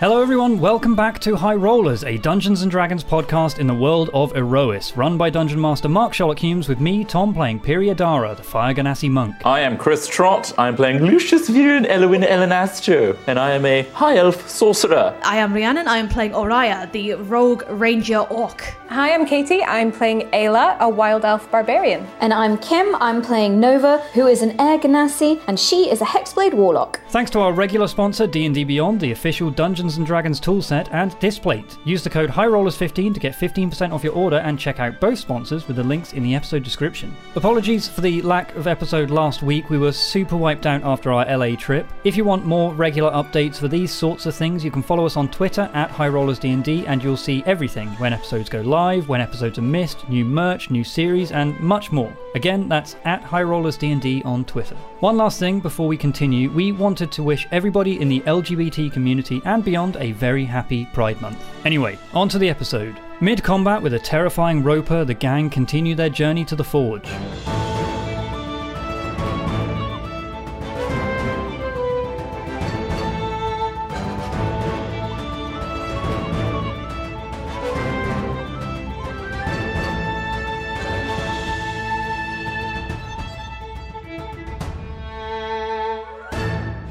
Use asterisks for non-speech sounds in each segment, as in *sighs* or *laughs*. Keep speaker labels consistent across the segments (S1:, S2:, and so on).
S1: Hello, everyone. Welcome back to High Rollers, a Dungeons and Dragons podcast in the world of Erois, run by Dungeon Master Mark Sherlock Humes, with me, Tom, playing Periadara, the Fire Ganassi monk.
S2: I am Chris Trott. I'm playing Lucius Viren Elwin Elenastro, and I am a high elf sorcerer.
S3: I am Rhiannon. I am playing Oriah, the rogue ranger orc.
S4: Hi, I'm Katie. I'm playing Ayla, a wild elf barbarian.
S5: And I'm Kim, I'm playing Nova, who is an Air Ganassi, and she is a Hexblade Warlock.
S1: Thanks to our regular sponsor, D&D Beyond, the official Dungeons & Dragons toolset and Displate. Use the code HIGHROLLERS15 to get 15% off your order and check out both sponsors with the links in the episode description. Apologies for the lack of episode last week, we were super wiped out after our LA trip. If you want more regular updates for these sorts of things, you can follow us on Twitter at HighRollersDND and you'll see everything when episodes go live, when episodes are missed, new merch, new series, and much more. Again, that's at High Rollers D&D on Twitter. One last thing before we continue, we wanted to wish everybody in the LGBT community and beyond a very happy Pride Month. Anyway, on to the episode. Mid combat with a terrifying roper, the gang continue their journey to the forge.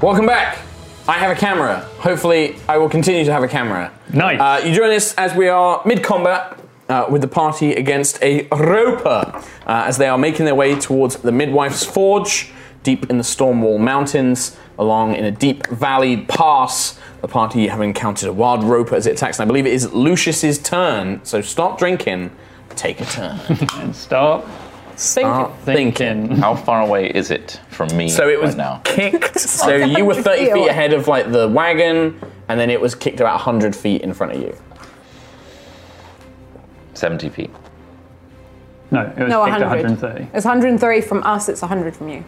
S6: Welcome back. I have a camera. Hopefully, I will continue to have a camera.
S1: Nice.
S6: Uh, you join us as we are mid combat uh, with the party against a roper uh, as they are making their way towards the Midwife's Forge, deep in the Stormwall Mountains, along in a deep valley pass. The party have encountered a wild roper as it attacks, and I believe it is Lucius's turn. So stop drinking, take a turn.
S2: Stop
S6: Start thinking.
S2: How far away is it from me
S6: So it was
S2: right now?
S6: kicked. *laughs* so you were 30 feet ahead of like the wagon, and then it was kicked about 100 feet in front of you.
S2: 70 feet.
S7: No, it was
S4: No,
S7: picked
S4: 100.
S7: 130.
S4: It's 130 from us, it's 100 from you.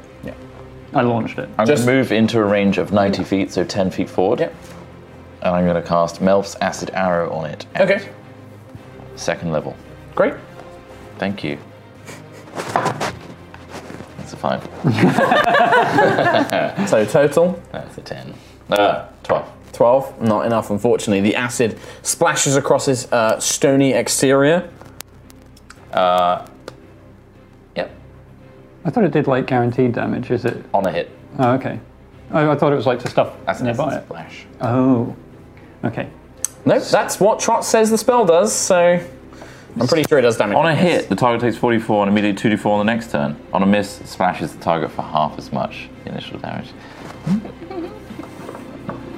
S7: I launched it.
S2: I'm
S6: Just-
S2: going to move into a range of 90 feet, so 10 feet forward.
S6: Yep.
S2: And I'm going to cast Melf's Acid Arrow on it. at
S6: Okay,
S2: Second level.
S6: great.
S2: Thank you. That's a
S6: *laughs*
S2: five.
S7: *laughs*
S6: So total
S2: That's a 10. Uh, 12.
S6: 12. Not enough, unfortunately. The acid splashes across his uh, stony exterior.
S2: Uh, Yep.
S7: I thought it did like guaranteed damage. Is it?
S2: On a hit.
S7: Oh, okay. Oh, I thought it was like to stuff
S2: That's an
S7: nearby.
S2: acid
S7: It.
S2: splash.
S7: Oh, okay.
S6: No, that's what Trot says the spell does. So I'm pretty sure it does damage.
S2: On a hit, the target takes 44 and immediately 2d4 on the next turn. On a miss, it splashes the target for half as much initial damage.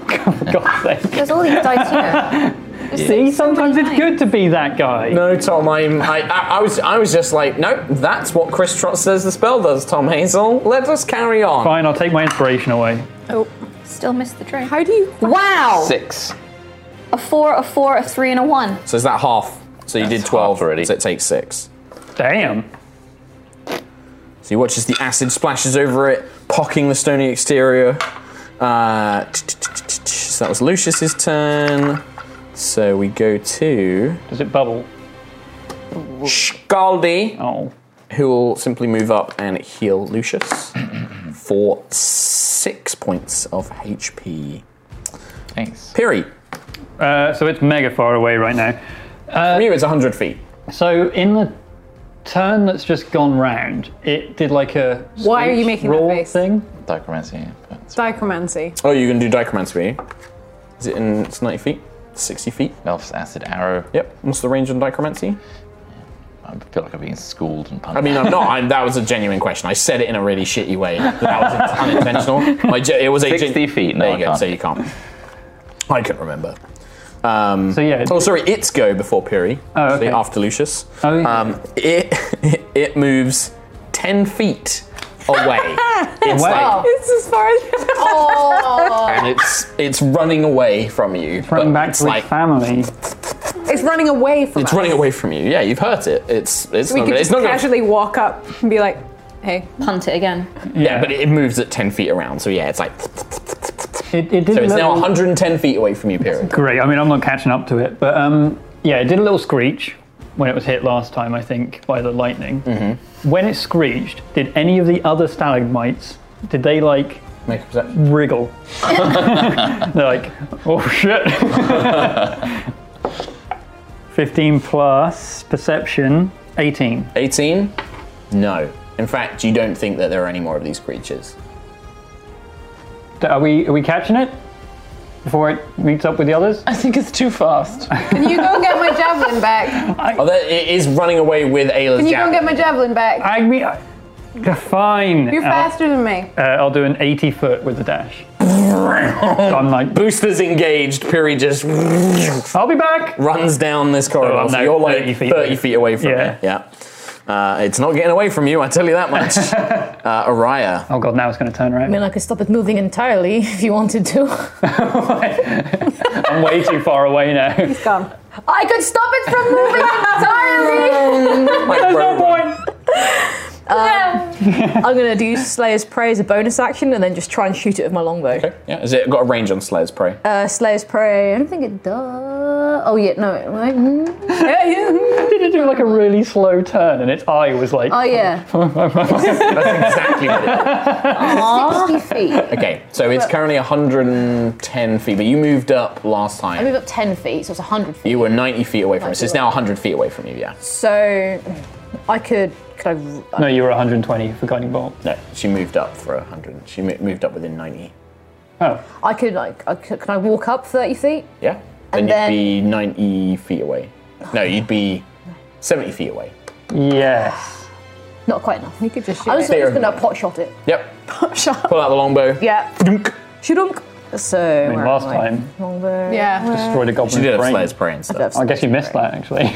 S5: There's all these dice *laughs* here.
S7: See, sometimes it's good to be that guy.
S6: No, Tom. I'm, I, I, I was, I was just like, nope. That's what Chris Trot says the spell does. Tom Hazel. Let us carry on.
S7: Fine, I'll take my inspiration away.
S5: Oh, Still missed the drink.
S4: How do you.
S5: Wow!
S2: Six.
S5: A four, a four, a three, and a one.
S6: So is that half? So you
S2: That's
S6: did 12
S2: half already.
S6: So it takes six.
S7: Damn.
S6: So you watch as the acid splashes over it, pocking the stony exterior. Uh, So that was Lucius's turn. So we go to
S7: Does it bubble?
S6: Scaldi,
S7: Oh.
S6: who will simply move up and heal
S7: *clears throat*
S6: Lucius for six points of HP.
S2: Thanks.
S6: Piri,
S7: Uh, so it's mega far away right now. Uh,
S6: from you it's 100 feet.
S7: So in the turn that's just gone round, it did like a
S4: Why are you
S7: screech
S4: making that
S7: roar
S4: face?
S7: thing.
S2: Dichromancy. yeah, but it's-
S4: Dichromancy.
S6: Oh, you're going to do Dichromancy, are you? Is it in, it's 90 feet? 60 feet?
S2: Melf's Acid Arrow.
S6: Yep. What's the range on Dichromancy?
S2: I feel like I'm being schooled and punched.
S6: I mean, I'm not. i that was a genuine question. I said it in a really shitty way. That was unintentional. My ge- it was a
S2: 60 feet. No,
S6: There
S2: I
S6: you go.
S2: can't.
S6: So you can't. I couldn't remember. Um,
S7: So yeah, it-
S6: Oh, sorry. It's go before Piri.
S7: Oh, okay.
S6: actually, After Lucius.
S7: Oh, yeah.
S6: Um, it *laughs* it moves ten feet
S4: *laughs*
S6: away. it's
S7: Wow.
S6: like,
S4: It's as far as.
S6: and it's it's running away from you.
S7: Running
S6: but
S7: back
S6: it's
S7: to
S6: like
S7: its family.
S4: *laughs* it's running away from
S6: it's
S4: us.
S6: running away from you. Yeah, you've hurt it. It's it's
S4: We
S6: not.
S4: could
S6: It's
S4: just
S6: not gonna
S4: casually walk up and be like, hey.
S5: Punt it again.
S6: Yeah, but it moves at 10 feet around, so yeah, it's like.
S7: It, it did
S6: So it's now
S7: little-
S6: 110 feet away from you, period.
S7: Great. I mean, I'm not catching up to it, but um, yeah, it did a little screech when it was hit last time, I think, by the
S6: Mm-hmm.
S7: lightning. When it screeched, did any of the other stalagmites, did they like
S6: Make a perception. *laughs*
S7: wriggle. They're like, oh shit. 15 plus perception, 18.
S6: 18? No. In fact, you don't think that there are any more of these creatures.
S7: D- Are we are we catching it before it meets up with the others?
S8: I think it's too fast.
S5: Can you go and get my javelin
S7: *laughs*
S5: back?
S6: *laughs* Although it is running away with Ayla's
S5: Can you go and
S6: javelin.
S5: get my javelin back?
S7: I mean, I- fine.
S5: You're
S7: I'll-
S5: faster than me.
S7: Uh, I'll do an 80 foot with the
S6: *laughs*
S7: dash. So I'm like,
S6: Boosters engaged. Piri just
S7: I'll be back.
S6: runs down this corridor.
S7: Oh, I'm
S6: so
S7: now
S6: you're like 30
S7: 30
S6: feet,
S7: feet away.
S6: away from
S7: Yeah.
S6: it. Yeah. Uh, it's not getting away from you, I tell you that
S7: *laughs*
S6: much. uh, Araya.
S7: Oh god, now it's going to turn
S9: I mean,
S7: around.
S9: I could stop it moving entirely *laughs* if you wanted to.
S7: I'm way too far away
S9: *laughs*
S7: now.
S5: He's gone.
S10: I could stop it
S5: *laughs*
S10: from moving entirely.
S9: *laughs*
S6: There's
S9: Um, *laughs* I'm gonna do Slayer's Prey as a bonus action and then just try and shoot it with my longbow.
S6: Yeah, has it got a range on Slayer's Prey?
S9: Uh, Slayer's Prey. I
S3: *laughs*
S9: don't think it does. Oh yeah, no. it- right,
S5: *laughs*
S9: hmm. Yeah, yeah.
S7: Did it do like a really slow turn and its eye was like,
S9: Oh
S7: *laughs*
S9: yeah.
S6: That's exactly what it
S9: Sixty feet.
S6: is. Okay, so it's currently 110 feet, but you moved up last
S9: I
S6: time.
S9: moved up ten feet, so it's hundred feet.
S6: You were 90 feet away from it, so it's now 100 feet away from you, yeah.
S9: So I could. Could I?
S7: no, you were 120 for guiding bolt.
S6: No, she moved up for 100. She mo- moved up within 90.
S7: Oh,
S9: I could like. I could, can I walk up thirty feet?
S6: Yeah?
S9: And
S6: Then, you'd be 90 feet away. No, you'd be 70 feet away.
S7: yes.
S9: Not quite enough.
S5: You could just shoot
S9: I was
S5: it.
S9: just gonna pot shot it.
S6: Yep.
S9: Pot shot.
S6: Pull out the longbow.
S9: Yeah.
S6: Dunk.
S9: Shudunk. So.
S7: I mean,
S9: where
S7: last
S9: am I? Uh,
S7: time,
S9: Longbow.
S5: Yeah.
S7: destroyed a goblin's
S6: She did have
S7: brain.
S6: Slayer's Prey and stuff.
S7: I guess you missed that actually.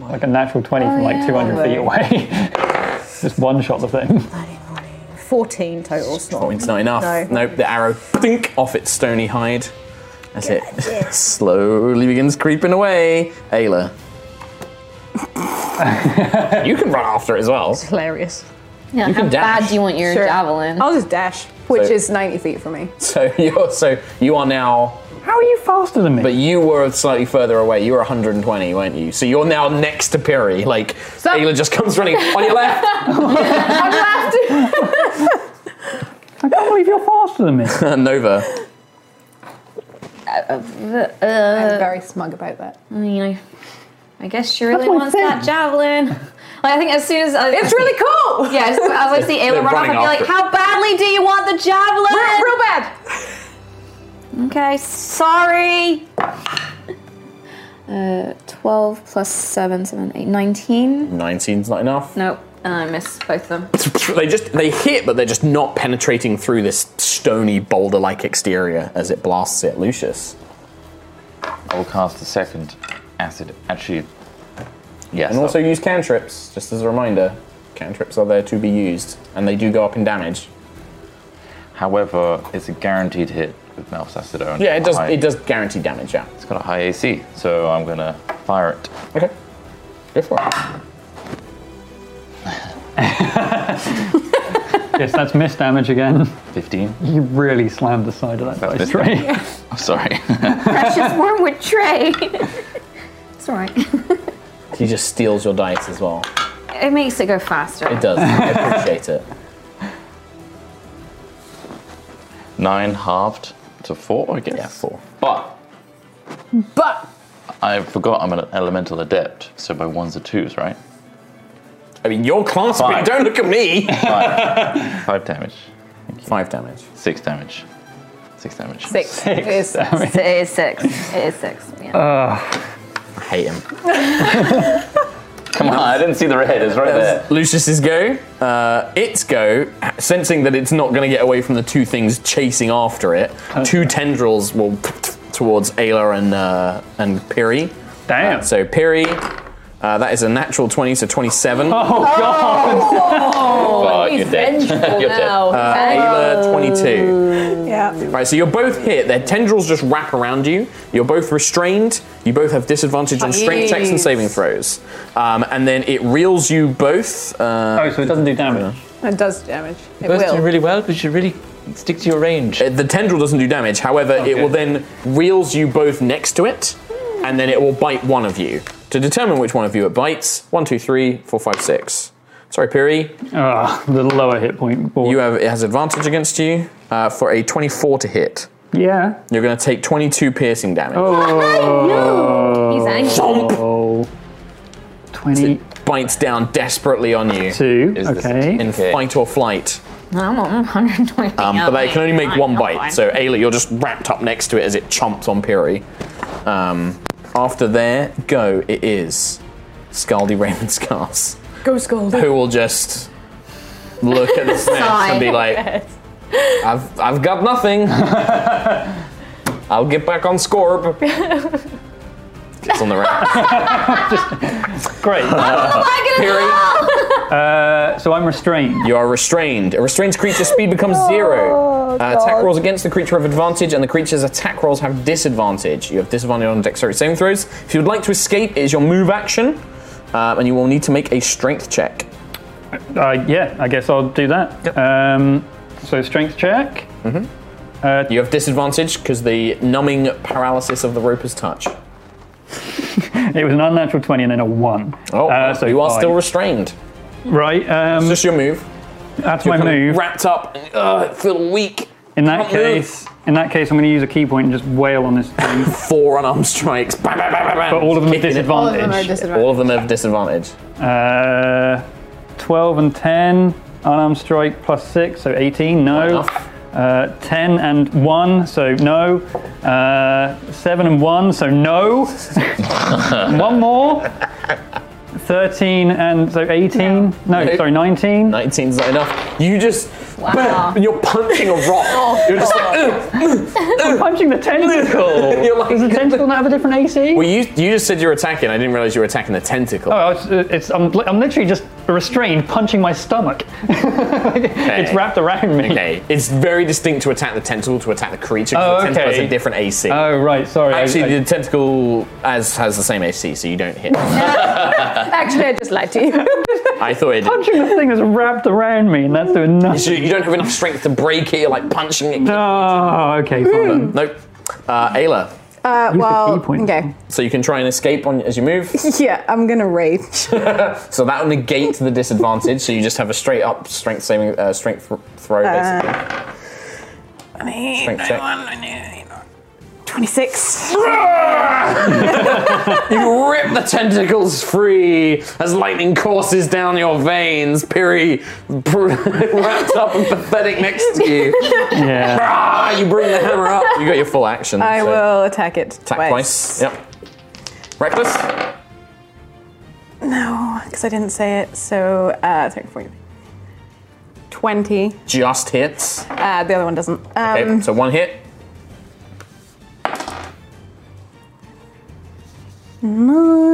S7: Like a natural 20
S9: Oh,
S7: from like 200 feet away. *laughs* Just one shot the thing.
S9: *laughs* Fourteen total. It's not.
S6: It's not enough.
S9: No.
S6: Nope, the arrow think off its stony hide as it *laughs* slowly begins creeping away.
S7: *laughs*
S6: Ayla. you can run after it as well.
S9: Hilarious.
S10: Yeah,
S6: You can
S10: how
S6: dash.
S10: bad do you want your
S5: Sure.
S10: javelin?
S5: I'll just dash, which
S6: So-
S5: is 90 feet from me.
S6: So *laughs* you're so you are now
S7: How are you faster than me?
S6: but you were slightly further away. You were 120, weren't you? So you're now next to Piri. Like Ayla just comes running on your left.
S5: *laughs*
S7: I can't believe you're faster than me.
S6: *laughs* Nova.
S5: I'm very smug about that.
S10: Uh, you know, I guess she really wants that javelin. Like, I think as soon as I, it's
S5: really cool!
S10: *laughs* Yeah, as, as I see
S6: They're
S10: Ayla run off, I'd
S6: running
S10: be like,
S6: after it.
S10: "How badly do you want the javelin?"
S5: Real, real bad!
S10: Okay, sorry. Uh, 12 plus 7, 7, 8, 19.
S6: 19's not enough.
S10: Nope, and I miss both of them.
S6: *laughs* They just they hit, but they're just not penetrating through this stony boulder-like exterior as it blasts at Lucius.
S4: I will cast a second acid. Actually, yes.
S6: And also
S4: I'll-
S6: use cantrips, just as a reminder. Cantrips are there to be used, and they do go up in damage.
S4: however, it's a guaranteed hit with Melf's acid. Iron.
S6: Yeah, it does.
S4: High-
S6: It does guarantee damage. Yeah.
S4: It's got a high AC, so I'm gonna fire it.
S6: Okay. Go for it.
S7: yes, that's missed damage again.
S4: 15.
S7: You really slammed the side of that dice
S4: missed
S7: tray.
S6: *laughs* Oh,
S4: I'm sorry.
S10: Precious wormwood tray. it's alright.
S6: He just steals your dice as well.
S10: It makes it go faster.
S6: It does. I appreciate it.
S4: Nine halved to four, I guess.
S6: Yeah, four.
S4: But
S5: But
S4: I forgot I'm an elemental adept, so by ones or twos, right?
S6: I mean, you're clasping.
S4: Five.
S6: Don't look at me.
S4: Five.
S6: *laughs*
S4: Five damage.
S6: Five damage.
S4: Six damage. Six damage.
S5: six. It is six.
S10: It is 6. It is 6. Yeah.
S6: I hate him.
S4: Come on, I didn't see the red. It's right there.
S6: Lucius's go. Uh, its go, sensing that it's not going to get away from the two things chasing after it. Two tendrils will towards Ayla and uh, and Piri.
S7: Damn.
S6: So Piri, uh, that is a natural twenty, so twenty-seven. Oh.
S10: *laughs*
S11: Oh,
S4: Fuck, you're dead.
S6: *laughs*
S4: *laughs* you're dead.
S6: Uh, Ayla, twenty-two.
S5: Yeah.
S6: Right, so you're both hit. Their tendrils just wrap around you. You're both restrained. You both have disadvantage on strength checks and saving throws. Um, and then it reels you both. Uh,
S7: Oh, so it doesn't do damage.
S5: It does damamage. It
S4: Both doing
S5: will.
S4: really well, but you should really stick to your range.
S6: Uh, The tendril doesn't do damage. However, it
S7: Okay.
S6: will then reels you both next to it, and then it will bite one of you. To determine which one of you it bites, one, two, three, four, five, six. Sorry, Piri,
S7: Ah, the lower hit point. Board.
S6: you have it has advantage against you. uh, for a 24 to hit.
S7: Yeah.
S6: You're going to take 22 piercing damage.
S10: He's angry.
S7: Oh. 22.
S6: Bites down desperately on you
S4: Is this-
S7: Okay.
S6: in
S4: Okay.
S6: fight or flight.
S10: I'm on 120.
S6: Um, but they can only make one
S10: *laughs*
S6: bite. So Ayla, you're just wrapped up next to it as it chomps on Piri. Um, after their go, it is Scaldy Raymond Scars.
S12: Go scold.
S6: who will just look at
S5: *laughs*
S6: the snakes and be like, I've, I've got nothing. I'll get back on Scorb. Gets on the rack.
S7: *laughs*
S6: *laughs*
S7: Great.
S6: Piri,
S7: *laughs* Uh, so I'm restrained.
S6: you are restrained. A restrained creature's speed becomes zero. Uh, attack rolls against the creature have advantage, and the creature's attack rolls have disadvantage. You have disadvantage on dexterity saving throws. If you would like to escape, it is your move action, um, and you will need to make a strength check.
S7: Uh, yeah, I guess I'll do that.
S6: Yep.
S7: Um, so strength check.
S6: Mm-hmm.
S7: Uh,
S6: You have disadvantage because the numbing paralysis of the roper's touch.
S7: It was an unnatural 20 and then a 1.
S6: Oh,
S7: Uh, so
S6: you are
S7: five.
S6: still restrained.
S7: Right,
S6: It's
S7: um,
S6: just your move.
S7: that's
S6: You're
S7: my
S6: kind of
S7: move.
S6: Wrapped up. And, uh, I feel weak.
S7: In that
S6: can't move.
S7: case, in that case, I'm going to use a key point and just wail on this thing.
S6: *laughs* Four unarmed strikes. Bam, bam, bam, bam, bam.
S7: But all of them are
S6: Kicking it.
S7: disadvantage.
S6: All of them have disadvantage.
S7: Uh, 12 and 10, unarmed strike plus 6, so 18, no.
S6: Enough.
S7: Uh, 10 and 1, so no. Uh, 7 and 1, so
S6: *laughs*
S7: no. one more. 13 and so 18, no,
S6: Nope.
S7: sorry, 19.
S6: 19's not enough. You just. Bam, and you're punching a
S12: *laughs* Oh.
S6: rock. You're just like. "Ugh."
S7: Punching the tentacle!
S6: *laughs* You're like-
S7: Does the tentacle not have a different AC?
S6: Well, you, you just said you're attacking. I didn't realize you were attacking the tentacle.
S7: Oh, it's, it's, I'm, li- I'm literally just restrained, punching my stomach. *laughs* It's wrapped around me.
S6: Okay. It's very distinct to attack the tentacle to attack the creature. 'cause
S7: Oh,
S6: the tentacle has
S7: okay.
S6: a different AC.
S7: Oh, right, sorry. I-
S6: Actually,
S7: I-
S6: the tentacle has, has the same AC, so you don't hit.
S12: Actually, I just lied to you.
S6: I thought it did.
S7: punching the thing that's wrapped around me, and that's doing
S6: So
S7: nothing.
S6: you don't have enough strength to break it. You're like punching it.
S7: Oh, okay, fine.
S6: Nope. Uh, Ayla.
S5: Uh,
S7: key
S5: well,
S7: point.
S5: okay.
S6: So you can try and escape on as you move.
S5: Yeah, I'm gonna
S6: *laughs*
S5: rage.
S6: so that will negate the disadvantage. So you just have a straight up strength saving uh, strength th- throw
S5: Uh,
S6: basically. strength check.
S5: 26.
S6: *laughs* You rip the tentacles free as lightning courses down your veins. Piri *laughs* pr- wrapped up and pathetic next to you.
S7: Yeah.
S6: *laughs* Ah, you bring the hammer up. You got your full action.
S5: I
S6: so
S5: will attack it
S6: Attack twice. Yep. Reckless.
S5: No, because I didn't say it. So uh, attack for you. 20.
S6: Just hits.
S5: Uh, the other one doesn't. Um,
S6: Okay, so one hit.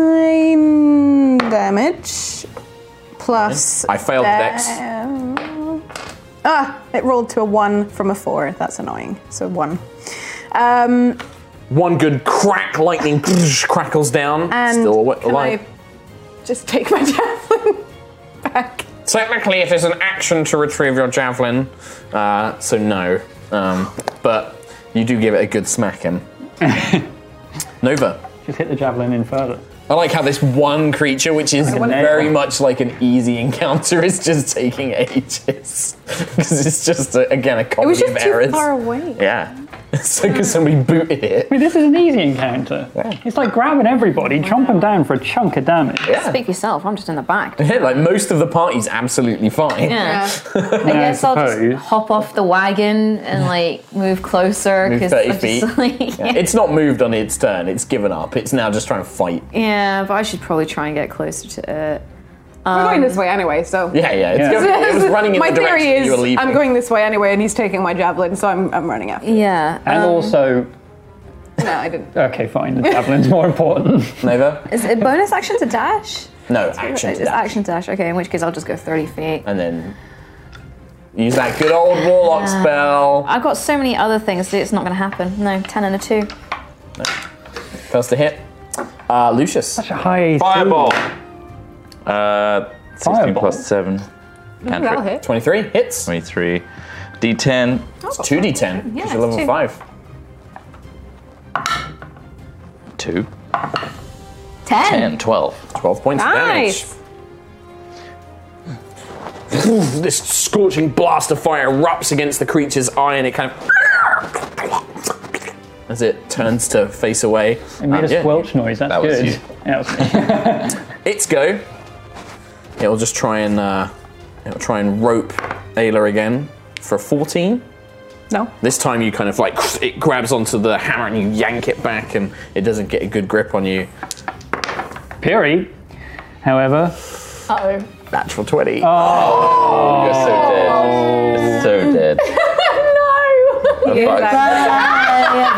S5: Nine damage plus.
S6: I failed the dex.
S5: um, Ah, it rolled to a one from a four. That's annoying. So one. Um,
S6: One good crack, lightning *laughs* crackles down.
S5: and
S6: Hmm, Still awa-
S5: can
S6: alive.
S5: I just take my *laughs* javelin back?
S6: Technically, it is an action to retrieve your javelin, uh, so no. Um, but you do give it a good smacking. Nova.
S7: *laughs* Just hit the javelin in further.
S6: I like how this one creature, which is
S7: want it.
S6: very much like an easy encounter, is just taking ages *laughs* because it's just a, again a comedy
S12: was just
S6: of
S12: too
S6: errors.
S12: far away.
S6: Yeah, *laughs* it's like 'cause somebody booted it.
S7: I mean, this is an easy encounter. It's like grabbing everybody, chomping down for a chunk of damage.
S6: Yeah.
S10: Speak yourself. I'm just in the back.
S6: Yeah, like most of the party's absolutely fine.
S10: Yeah.
S7: I
S10: guess I'll
S7: suppose.
S10: just hop off the wagon and like move closer
S6: Move
S10: because
S6: 30
S10: I'm just
S6: feet.
S10: *laughs* like,
S6: Yeah,
S10: yeah.
S6: It's not moved on its turn. It's given up. It's now just trying to fight.
S10: Yeah, but I should probably try and get closer to it. Um,
S5: We're going this way anyway, so.
S6: Yeah, yeah. It's
S7: Yeah.
S5: *laughs*
S6: Going, it was running in
S5: my
S6: the direction
S5: theory is
S6: you were leaving.
S5: I'm going this way anyway, and he's taking my javelin, so I'm, I'm running after.
S10: Yeah. um,
S7: And
S12: Um.
S7: also,
S5: him. No, I didn't.
S7: okay, fine,
S12: *laughs*
S7: the javelin's more important.
S6: Nova?
S10: Is it bonus action to dash?
S6: No, action.
S10: it's
S6: to that.
S10: action to dash. Okay, in which case I'll just go 30 feet.
S6: And then use that good old warlock spell.
S10: I've got so many other things that it's not going to happen. No, 10 and a 2.
S6: First to hit. Uh, Lucius.
S7: Such a high AC.
S4: Fireball. Uh, 16
S7: Fireball.
S4: plus 7.
S5: That'll
S4: Cantrip.
S5: hit.
S6: 23 hits.
S4: 23. D10.
S6: It's 2d10.
S10: Yeah,
S6: because you're level
S10: it's two.
S6: 5.
S4: 2.
S10: 10?
S4: 10. 12.
S6: 12 points of
S5: Nice.
S6: damage. this scorching blast of fire erupts against the creature's eye, and it kind of as it turns to face away.
S7: It made
S6: Um,
S7: a
S6: yeah,
S7: squelch noise. That's
S2: That was
S7: good.
S2: you.
S7: Yeah, that was-
S6: *laughs* It's go. It'll just try and uh, it'll try and rope Ayla again for a 14.
S13: No.
S6: This time you kind of like *laughs* it grabs onto the hammer and you yank it back, and it doesn't get a good grip on you.
S7: Piri, however, Oh.
S10: Uh-oh.
S6: Natural Oh. 20.
S2: You're so
S9: Oh.
S2: dead. So dead.
S4: no! He is,
S2: Fuck.
S10: Bye,
S4: he